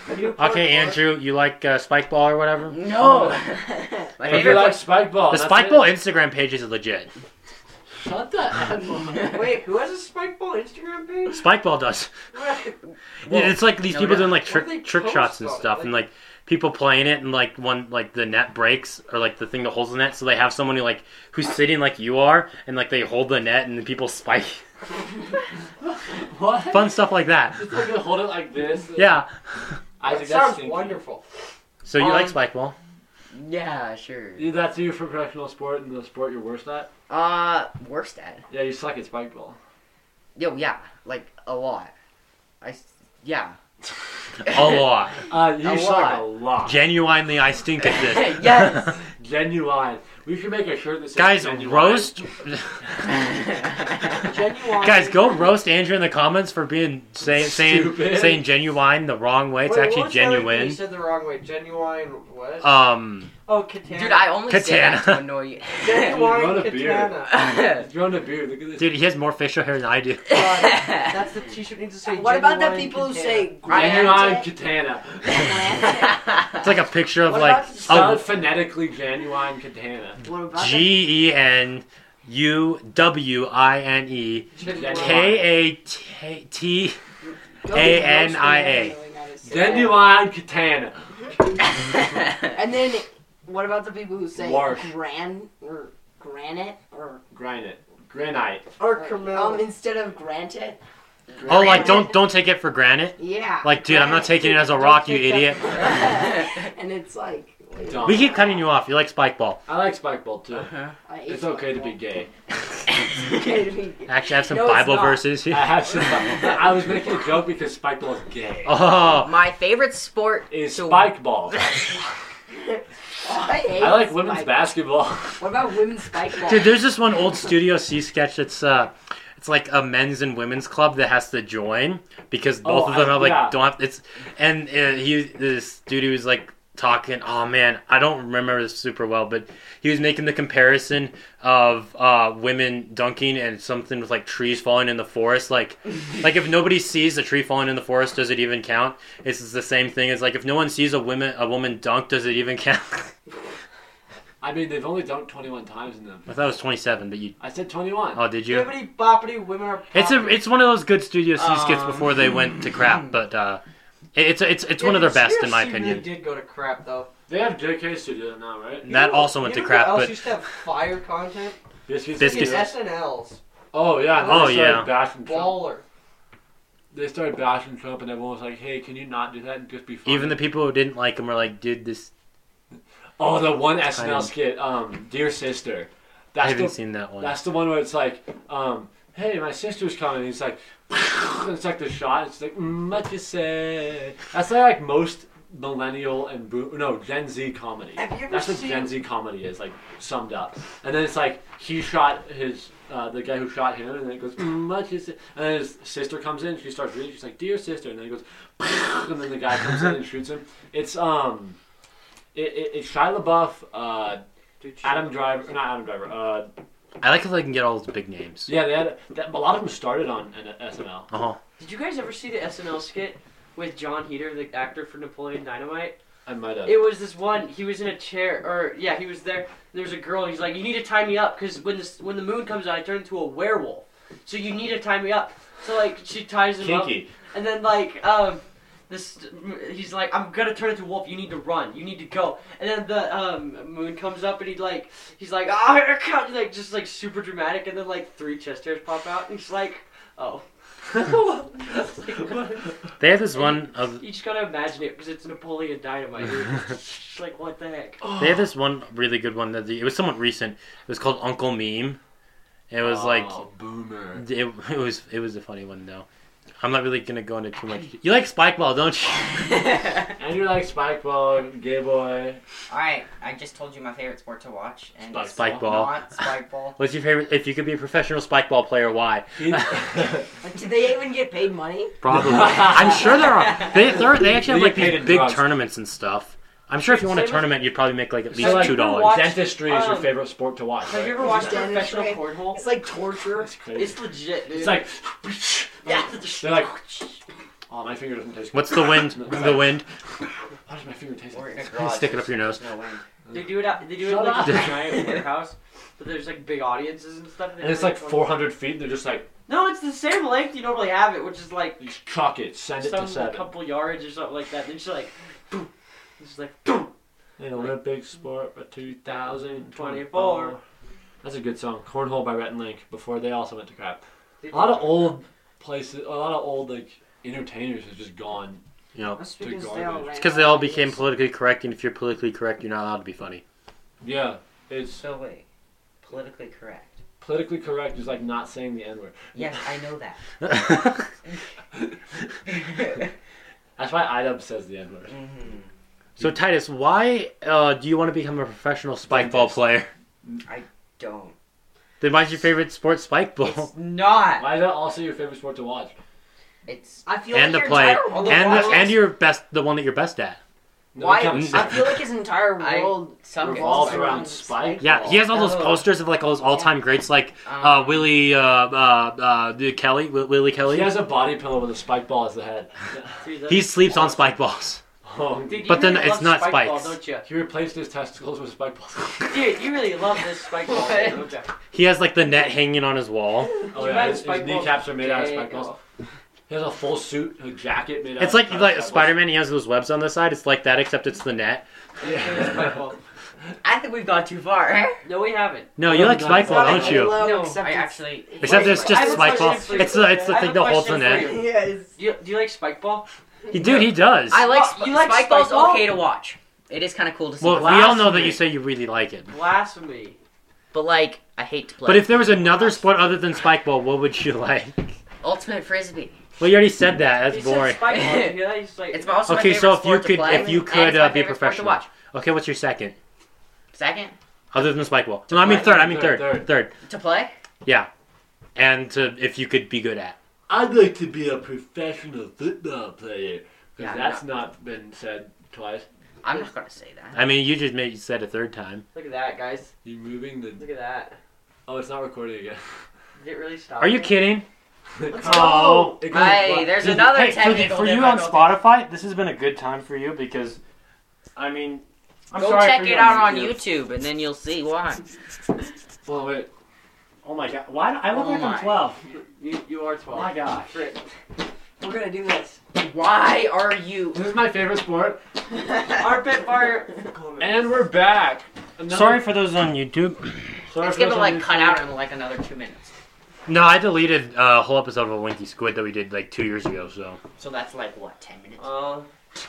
S6: I do parkour.
S3: Okay,
S2: [LAUGHS]
S3: Andrew, you like uh, Spike Ball or whatever?
S1: Oh, No. [LAUGHS]
S5: [LAUGHS]
S1: My
S4: [LAUGHS] If you
S1: favorite
S4: like
S1: place.
S4: spike ball,
S3: The
S4: that's
S3: Spike
S4: it.
S3: Ball Instagram page is legit.
S4: Shut
S1: [LAUGHS]
S4: the hell up.
S6: Wait, who has a Spikeball Instagram
S2: [LAUGHS]
S6: page?
S3: Spike Ball does.
S1: Whoa.
S3: it's like these
S1: No
S3: people
S1: doubt.
S3: doing like
S6: What
S3: trick
S6: do they
S3: trick
S6: post
S3: shots and
S6: about it?
S3: stuff, and like people playing it, and like one like the net breaks or like the thing that holds the net, so they have someone who like who's sitting like you are, and like they hold the net, and the people spike [LAUGHS]
S4: What?
S3: fun stuff like that.
S4: Just like hold it like this.
S3: Yeah.
S4: I
S6: That
S4: think that's
S6: sounds
S4: stinky.
S6: wonderful.
S3: So you like
S1: Um,
S3: Spike Ball?
S1: Yeah, sure.
S4: Dude, That's you for professional sport and the sport you're worst at.
S1: Uh, worst at.
S4: Yeah, you suck at spike ball.
S1: Yo, yeah, like a lot. I s- yeah.
S3: A lot.
S4: Uh, you
S1: A
S4: suck
S1: lot.
S4: a lot.
S3: Genuinely, I stink at this.
S1: yes.
S4: Genuine. We should make a shirt that says
S3: Guys,
S4: genuine.
S3: roast.
S6: Genuine.
S3: Guys, go roast Andrew in the comments for being say, saying
S4: Stupid.
S3: saying genuine the wrong way. It's
S6: Wait, what
S3: actually
S6: was the other thing You
S3: genuine.
S6: said the wrong way. Genuine what?
S3: Um,
S6: oh, Katana.
S1: Dude, I only say that to
S3: Katana.
S1: annoy
S3: [LAUGHS]
S1: you. [LAUGHS]
S4: [LAUGHS] You
S6: Genuine
S4: want a beer.
S6: Katana.
S4: [LAUGHS] He's growing a beard. Look at this.
S3: dude, he has more facial hair than I do.
S6: That's the t-shirt needs to say
S5: What about the
S6: genuine
S5: people who
S6: Katana.
S5: say
S4: Genuine
S5: Grant?
S4: katana.
S3: It's like a picture of
S5: What
S3: like
S5: about the
S4: Spell
S3: a
S4: it phonetically genuine katana.
S5: What [LAUGHS] about the-
S3: G E N U W I N E
S4: Genuine.
S3: K A T T.
S5: Go
S3: A
S5: get
S3: N
S5: roasted
S3: I A.
S5: and really gotta say that.
S4: Genuine katana.
S5: And then what about the people who say
S4: Warsh.
S5: gran or granite or
S4: Granite. Granite.
S6: Or
S2: uh,
S5: um
S6: Camille.
S5: instead of granted?
S3: Oh, like don't don't take it for granted.
S5: Yeah.
S3: Like, dude, I'm not taking it as a rock,
S5: [LAUGHS]
S3: you idiot.
S5: and it's like wait,
S4: Dumb.
S3: We keep cutting you off. You like spike ball.
S4: I like spike ball too.
S5: I hate
S4: It's okay to be
S5: [LAUGHS]
S4: gay.
S5: football. It's
S4: [LAUGHS]
S5: okay to be-
S3: Actually, I have some
S5: No, it's
S3: Bible
S5: not.
S3: verses
S4: I
S3: here. [LAUGHS]
S4: have some. I was making a joke because spike ball is gay.
S3: Oh,
S1: My favorite sport
S4: Is
S1: to-
S4: spike ball.
S5: I, hate
S4: I like women's
S5: spike-
S4: basketball.
S5: What about women's spike ball?
S3: dude, there's this one old Studio C sketch that's uh, it's like a men's and women's club that has to join because both
S4: Oh,
S3: of them
S4: I-
S3: have like
S4: yeah.
S3: don't have it's, and uh, he this dude was like talking. Oh man, I don't remember this super well, but he was making the comparison of uh, women dunking and something with like trees falling in the forest.
S4: [LAUGHS]
S3: Like, like if nobody sees a tree falling in the forest, does it even count? It's the same thing. It's like if no one sees a woman a woman dunk, does it even [LAUGHS] count?
S4: I mean, they've only dunked 21 times in them.
S3: I thought it was twenty seven, but you.
S4: I said 21.
S3: Oh, did you?
S6: Bibbity boppity women are
S3: It's a
S6: poppity.
S3: it's one of those good Studio C skits
S1: Um,
S3: before they went to
S4: hmm.
S3: crap, but uh, it- it's it's it's one of
S6: Yeah,
S3: their best in my
S6: CRC really
S3: opinion.
S6: did go to crap though.
S4: They have JK Studio now, right?
S6: You
S3: That
S6: know-
S3: also went
S6: you know
S3: to
S6: who
S3: crap,
S6: else
S3: but-
S6: used to have fire content.
S4: Biscuits.
S3: Biscuits.
S4: Studio.
S6: SNLs.
S4: Oh yeah.
S3: Oh,
S4: they started
S3: yeah.
S4: Bashing Trump.
S6: Baller.
S4: They started bashing Trump, and everyone was like, "Hey, can you not do that and just be funny?"
S3: Even the people who didn't like him were like, "Dude, this
S4: oh, the one
S3: I-
S4: SNL skit, um, Dear Sister.
S3: I
S4: That's
S3: haven't
S4: the
S3: seen that one."
S4: that's the one where it's like, um, "Hey, my sister's coming." And he's like, [LAUGHS] and it's like the shot. It's like, mm, "What you say?" That's like, most millennial and boom, no Gen Z comedy.
S6: Have you ever
S4: That's what
S6: seen-
S4: Gen Z comedy is like summed up. And then it's like he shot his uh, the guy who shot him, and then it goes "Mm, much is it? And then his sister comes in, she starts reading. She's like, "Dear sister," and then it goes, [LAUGHS] and then the guy comes in and shoots him. It's um, it, it, it's Shia LaBeouf, uh,
S6: Dude, shut
S4: Adam
S6: up.
S4: Driver, not Adam Driver. Uh,
S3: I like if they can get all the big names.
S4: yeah, they had that, a lot of them started on an SNL.
S3: Uh huh.
S2: Did you guys ever see the SNL skit with John Heater, the actor for Napoleon Dynamite?
S4: I might have.
S2: It was this one. He was in a chair, or yeah, he was there. There was a girl. and He's like, "You need to tie me up, because when this when the moon comes out, I turn into a werewolf. So you need to tie me up." So like, she ties him up,
S4: Kinky.
S2: and then like, um, this he's like, "I'm gonna turn into a wolf. You need to run. You need to go." And then the um moon comes up, and he like, he's like, "Ah, I can't," like just like super dramatic, and then like three chest hairs pop out, and he's like, "Oh." [LAUGHS]
S3: They have this one of
S2: You just gotta imagine it because it's Napoleon Dynamite.
S4: [LAUGHS]
S2: It's like what the heck?
S3: they have
S4: Oh.
S3: this one really good one that the, it was somewhat recent. It was called Uncle Meme. It was like
S4: oh, boomer.
S3: it, [LAUGHS] it was it was a funny one though. I'm not really gonna go into too much. You like spike ball, don't you?
S4: And you like Spikeball, Gay Boy.
S1: All right, I just told you my favorite sport to watch, and
S4: Spike
S1: it's
S3: Spike ball.
S1: not spike ball.
S3: What's your favorite? If you could be a professional spike ball player, why?
S4: [LAUGHS]
S5: Like, do they even get paid money?
S3: Probably. [LAUGHS] I'm sure there are. They they're, they actually have like
S4: They get paid
S3: these
S4: in
S3: big
S4: drugs.
S3: tournaments and stuff. I'm sure if you won a
S2: Same as-
S3: tournament, you'd probably make like at
S4: So,
S3: least
S4: like,
S3: two dollars.
S2: watch-
S4: Dentistry is your
S2: um,
S4: favorite sport to watch.
S2: Have you
S4: Right?
S2: ever watched
S5: Dennis
S2: professional
S5: Ray.
S2: cornhole?
S5: It's like torture.
S4: It's crazy.
S2: It's legit, dude.
S4: It's like
S5: Yeah.
S4: They're like, [LAUGHS] oh, my finger doesn't taste. good."
S3: What's the [LAUGHS] wind? the wind?
S4: How does my finger taste?
S1: Or
S4: Like
S1: in a
S4: this?
S1: garage.
S3: Stick it up your nose.
S1: No wind.
S2: They do it out. They do it
S4: Shut
S2: like
S4: up.
S2: a giant warehouse, but there's like big audiences and stuff.
S4: And it's like 400 feet. They're just like,
S2: No, it's the same length you normally have it, which is like
S4: you chuck it, send it to
S2: some
S4: seven.
S2: couple yards or something like that. They're just like, boom. It's just like, boom.
S4: An Olympic sport for 2024.
S2: 24.
S4: That's a good song. Cornhole by Rhett and Link. Before they also went to crap. A lot of old places, a lot of old like entertainers have just gone.
S3: You know,
S5: That's
S4: Big
S5: because they all
S4: garbage.
S5: ran
S3: it's because they all
S5: out of
S3: became
S5: ideas.
S3: politically correct, and if you're politically correct, you're not allowed to be funny.
S4: Yeah, it's
S1: So wait, politically correct.
S4: politically correct is like not saying the N word.
S1: Yes, I know that.
S4: [LAUGHS] That's why IDUB says the N word.
S1: Mhm.
S3: [LAUGHS] so Titus, why uh, do you want to become a professional spike ball player?
S1: Don't.
S3: Then why's your favorite sport spike ball?
S1: It's not.
S4: Why is that also your favorite sport to watch?
S1: It's
S5: I feel
S3: And
S5: like
S3: the
S5: your
S3: play,
S5: entire world-
S1: the
S3: and
S1: watch
S3: the, and
S1: list.
S3: your best, the one that you're best at.
S4: No
S5: Why-
S4: comes
S5: I
S4: second.
S5: feel like his entire
S1: I-
S5: world
S1: some
S4: [LAUGHS]
S5: revolves
S4: revolves
S1: it's-
S4: around spike.
S3: Yeah,
S4: ball.
S3: he has all those
S1: Oh.
S3: posters of like all those all-time greats, like uh,
S1: um,
S3: Willie uh, uh, uh, Kelly, Wi- Willie Kelly.
S4: He has a body pillow with a spike ball as the
S5: [LAUGHS]
S4: head. [LAUGHS]
S2: Dude, that's
S3: He sleeps on spike balls.
S4: Oh,
S2: Dude, you
S3: But then
S2: really
S3: it's
S2: love
S3: not
S2: spike
S3: spikes.
S2: Ball, don't you?
S4: he replaced his testicles with spike balls.
S2: Dude, you really love this spike ball.
S1: What?
S2: Don't you?
S3: He has like the net hanging on his wall.
S4: Oh
S2: You
S4: yeah,
S2: had
S4: his, his
S2: spike balls.
S4: kneecaps are made out of spike
S2: Dang.
S4: balls. He has a full suit, a jacket made out.
S3: It's
S4: of
S3: like like
S4: spike
S3: Spider Man. He has those webs on the side. It's like that, except it's the net.
S4: balls. [LAUGHS] Yeah.
S1: I think we've gone too [LAUGHS] far.
S2: No, we haven't.
S3: No, you
S4: Oh,
S3: like
S4: no,
S3: spike ball,
S4: it's not
S3: don't you?
S5: Hello,
S1: no,
S5: except
S1: I
S5: it's-
S1: actually.
S3: Except it's
S2: I have
S3: just
S2: a
S3: spike ball.
S2: question for you.
S3: It's the it's the
S2: I have
S3: thing
S2: a
S3: that holds the
S2: question
S3: net.
S2: for you.
S5: Yes. [LAUGHS]
S2: Do you, do you like spike ball?
S3: He, dude, he does.
S5: I like,
S2: Oh,
S5: sp-
S2: you like
S5: spike
S2: spike
S5: balls.
S2: ball?
S5: Okay,
S1: Okay to watch. It is kind of cool to see.
S3: Well, we
S1: Wow.
S3: all know that
S4: Blasphemy.
S3: you say you really like it.
S2: Blasphemy.
S1: But like, I hate to play.
S3: But if there was another sport other than spike ball, what would you like?
S1: ultimate frisbee,
S3: Well, you already said that.
S2: He
S3: That's
S2: said
S3: boring.
S2: spike ball. Did you hear that? He's like,
S1: it's my- also
S3: Okay,
S1: my favorite
S3: so if
S1: sport
S3: you
S1: to
S3: could-
S1: play,
S3: if you
S1: and
S3: could,
S1: it's my
S3: uh, be
S1: favorite
S3: a
S1: sport to
S3: professional.
S1: watch.
S3: Okay, what's your second
S1: Second
S3: other than spike ball? No, I mean third. I mean third.
S4: Third,
S3: Third.
S4: third.
S1: to play.
S3: And to, if you could be good at.
S4: [LAUGHS] I'd like to be a professional football player. 'Cause
S1: Yeah,
S4: that's not been said twice.
S1: I'm not gonna say that.
S3: I mean, you just made you said a third time.
S2: Look at that, guys.
S4: You moving the?
S2: Look at that.
S4: Oh, it's not recording again. [LAUGHS]
S2: Did it really stop?
S3: Are you kidding?
S4: Let's
S3: Oh.
S4: It goes
S1: Hey,
S4: black.
S1: there's another
S3: hey, for, the,
S1: technical
S3: for you on
S1: difficulty.
S3: Spotify, this has been a good time for you because, I mean, I'm
S1: Go
S3: sorry
S1: check
S3: for
S1: it
S3: you.
S1: out on
S4: YouTube.
S1: YouTube, and then you'll see why.
S4: Well, wait.
S3: Oh my god, why do, I look
S1: Oh
S3: like
S1: my.
S3: I'm 12?
S2: You, you are 12.
S3: My gosh.
S2: Frick.
S5: we're gonna do this.
S1: Why are you?
S4: This is my favorite sport,
S2: Armpit fire.
S4: and we're back. Another-
S3: Sorry for those on YouTube.
S4: sorry
S1: It's gonna
S4: for those on
S1: like
S4: YouTube.
S1: cut out in like another two minutes.
S3: No, I deleted a whole episode of a Winky Squid that we did like two years ago. So
S1: So that's like what ten minutes.
S2: Uh,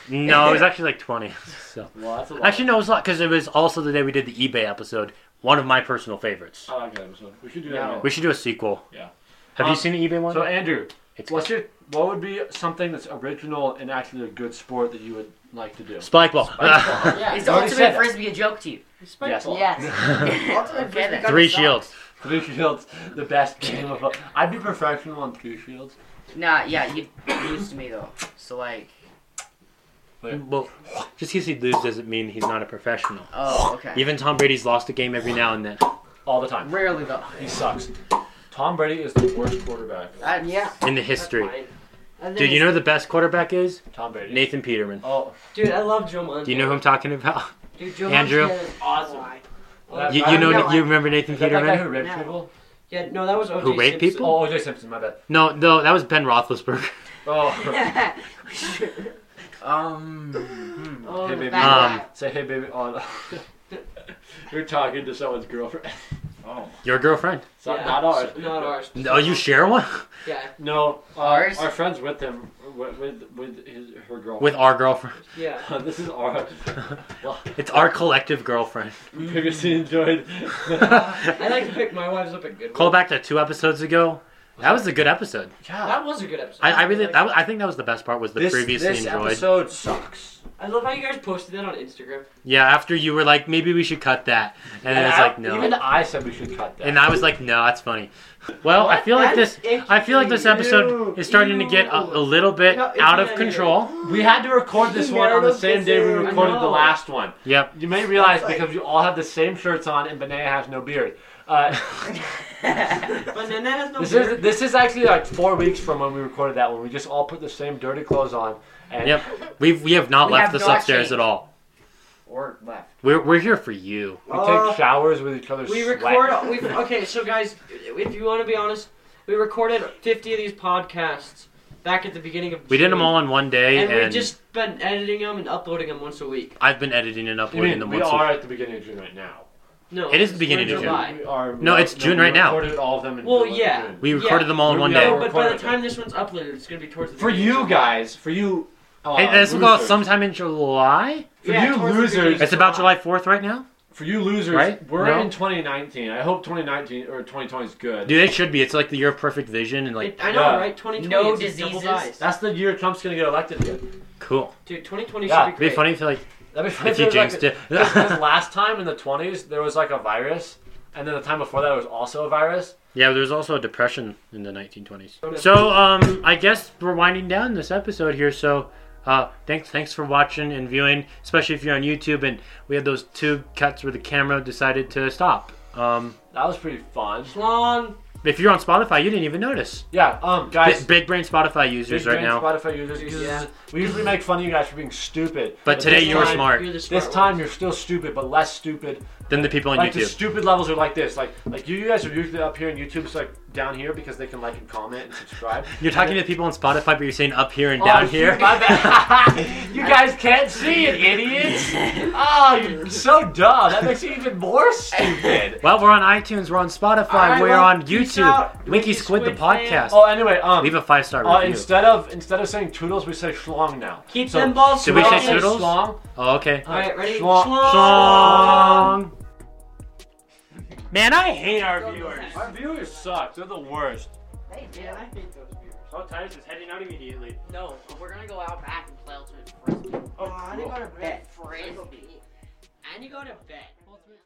S3: no, it [LAUGHS] was actually like 20. So
S4: Well, that's a lot.
S3: actually, no, it was not because it was also the day we did the eBay episode. One of my personal favorites.
S4: Oh, I like that episode. We should do
S1: No.
S4: that.
S3: We should do a sequel.
S4: Yeah.
S3: Have you
S4: Um,
S3: seen the eBay
S4: Again.
S3: one?
S4: So Andrew,
S3: it's
S4: what's your what would be something that's original and actually a good sport that you would like to do?
S3: Spike [LAUGHS] ball.
S1: Is
S4: you already said
S1: ultimate
S4: that.
S1: frisbee a joke to you?
S4: Spike
S5: Yes.
S4: ball.
S1: Ultimate frisbee.
S3: Three shields.
S4: Three shields, the best game of. all- I'd be professional on three shields.
S1: Nah, yeah, you used to me though. So like,
S3: Well, just because he loses doesn't mean he's not a professional.
S1: oh okay.
S3: Even Tom Brady's lost a game every now and then
S4: All the time.
S1: Rarely though.
S4: He sucks. Tom Brady is the worst quarterback.
S1: That's-
S5: Yeah.
S3: in the history.
S2: That's mine.
S5: And then
S3: Dude, you
S5: it's-
S3: know who the best quarterback is
S4: Tom Brady.
S3: Nathan Peterman.
S4: Oh,
S2: Dude, I love Joe Montana.
S3: Do you know who I'm talking about? [LAUGHS]
S5: Dude, Joe
S3: Andrew?
S5: Montana-
S2: Awesome.
S5: Why?
S4: that-
S3: You,
S4: I
S3: you
S4: don't
S3: know,
S5: know,
S3: you
S5: I-
S3: remember Nathan
S4: Is that that guy
S3: Peterman?
S4: who raped
S5: No.
S4: people?
S2: Yeah, no, that was OJ
S3: Who raped
S2: Simpson.
S3: people?
S4: Oh, O.J. Simpson. My bad.
S3: No, no, that was Ben Roethlisberger. [LAUGHS]
S5: [LAUGHS]
S4: [LAUGHS] Oh.
S1: Um. hmm.
S5: oh,
S4: Hey,
S5: the
S4: baby.
S5: bad guy.
S4: Say hey, baby. Oh, no. [LAUGHS] You're talking to someone's girlfriend.
S1: Oh.
S3: Your girlfriend?
S4: It's not,
S2: Yeah.
S4: not ours.
S2: Not ours.
S3: No, you share one
S2: Yeah,
S4: No, uh,
S1: Ours?
S4: Our friends with him, with with, with his, her girlfriend.
S3: with our girlfriend.
S2: yeah.
S4: [LAUGHS] this is our
S3: It's our collective girlfriend.
S4: previously enjoyed.
S3: [LAUGHS]
S2: I like to pick my wives up at good.
S3: Call back to two episodes ago. That was a good episode.
S4: yeah.
S2: That was a good episode.
S3: I, I really, that was, I think that was the best part. Was the
S4: this,
S3: previously
S4: this
S3: enjoyed?
S4: episode sucks.
S2: I love how you guys posted that on Instagram.
S3: Yeah, after you were like, maybe we should cut that, and then it's
S4: I-
S3: like, no.
S4: Even I said we should cut that.
S3: And I was like, no, that's funny. Well, I feel like this. I feel like this episode is starting to get a, a little bit
S2: No, it's
S3: out of
S2: not
S3: control.
S4: we had to record this one on the same day we recorded the
S2: know.
S4: last one.
S3: Yep.
S4: You may realize because you all have the same shirts on and Benea has no beard.
S2: [LAUGHS]
S4: Uh, [LAUGHS]
S6: But Nana has no
S4: this
S6: beard.
S4: is this is actually like four weeks from when we recorded that one. We just all put the same dirty clothes on. And
S3: Yep. We've, we have not
S1: We
S3: left
S1: have
S3: this
S1: not
S3: upstairs
S1: changed.
S3: at all.
S1: or left.
S3: We're, we're here for you.
S4: we
S2: Uh,
S4: take showers with each other's
S2: We
S4: sweat.
S2: record. We okay. So guys, if you want to be honest, we recorded 50 of these podcasts back at the beginning of.
S3: We did them
S2: June,
S3: all in one day,
S2: and
S3: and,
S2: we've just been editing them and uploading them once a week.
S3: I've been editing and
S4: You
S3: uploading
S4: mean
S3: them
S4: we
S3: once. a
S4: are at the beginning of June right now.
S2: No,
S3: It is the
S2: we're
S3: beginning
S2: in
S3: of June.
S2: July.
S4: We are,
S3: No, it's
S4: we
S3: June right now.
S4: recorded all of them in
S2: Well,
S4: July.
S2: yeah.
S3: We recorded
S2: Yeah.
S3: them all in
S4: We-
S3: one
S4: we
S3: day.
S4: all-
S2: No, but by the
S4: recorded
S2: time this one's uploaded, it's gonna be towards the
S4: For
S2: beginning of
S4: you
S2: July.
S4: guys, for you. Uh,
S3: Hey, this will go out
S4: losers.
S3: sometime in July.
S4: For
S2: Yeah,
S4: you
S2: towards the beginning
S4: losers,
S2: of
S3: It's about July 4th right now.
S4: for you losers,
S3: Right?
S4: we're
S3: No?
S4: in 2019. I hope 2019 or 2020 is good.
S3: Dude, it should be. It's like the year of perfect vision and like
S2: It- I know,
S4: Yeah.
S2: right? 2020.
S1: No
S2: it's just double
S1: diseases.
S2: dies.
S4: That's the year Trump's gonna get elected again.
S3: cool.
S2: Dude, 2020 should
S4: Yeah,
S2: be
S3: It'd
S2: great.
S3: be funny if like
S4: That'd
S2: [LAUGHS]
S4: be funny
S3: if you
S4: there was, like,
S3: jinxed
S4: a-
S3: it.
S4: 'cause- 'cause last time in the 20s there was like a virus, and then the time before that was also a virus.
S3: Yeah, there was also a depression in the 1920s. So, um, I guess we're winding down this episode here. So, uh, thanks, thanks for watching and viewing, especially if you're on YouTube. And we had those two cuts where the camera decided to stop. Um,
S4: That was pretty fun.
S2: Long
S3: if you're on Spotify, you didn't even notice.
S4: Yeah, um,
S3: Bi-
S4: guys.
S3: big brain Spotify users
S4: big
S3: right
S4: brain
S3: now,
S4: Spotify users, users.
S2: Yeah.
S4: We usually make fun of you guys for being stupid.
S3: but today
S4: this
S3: you were
S4: time-
S3: smart
S2: You're the smart
S4: This
S2: one.
S4: time you're still stupid, but less stupid.
S3: than the people on
S4: like the
S3: YouTube.
S4: stupid levels are like this. Like like you, you guys are usually up here, and YouTube's like down here because they can like and comment and subscribe.
S3: You're talking to the people on Spotify, but you're saying up here and [LAUGHS]
S4: Oh,
S3: down
S4: shoot,
S3: here.
S4: [LAUGHS]
S3: [LAUGHS]
S4: my bad. you guys can't see it, idiots. Oh, you're so dumb. That makes you even more stupid.
S3: Well, we're on iTunes, we're on Spotify,
S2: right,
S3: we're
S2: well,
S3: on
S2: peace
S3: YouTube.
S2: out,
S3: Winky
S2: Winky
S3: Squid, the
S2: Squid
S3: podcast.
S2: fans.
S4: Oh, anyway, um,
S3: Leave a five star
S4: uh,
S3: review.
S4: instead of instead of saying toodles, we say schlong now.
S2: Keep
S4: So,
S2: them balls
S3: Did we say
S2: smoking.
S3: toodles?
S4: Schlong.
S3: oh, okay.
S2: All right, ready?
S4: Schlong.
S3: Song. Man, I hate our viewers.
S4: Our viewers suck. They're the worst.
S5: They do.
S6: Yeah, I hate those beers.
S3: Oh, Titus is heading out immediately.
S5: No, we're gonna go out back and play ultimate frisbee.
S6: Oh, I didn't go to bed.
S5: Frisbee. And you go to bed.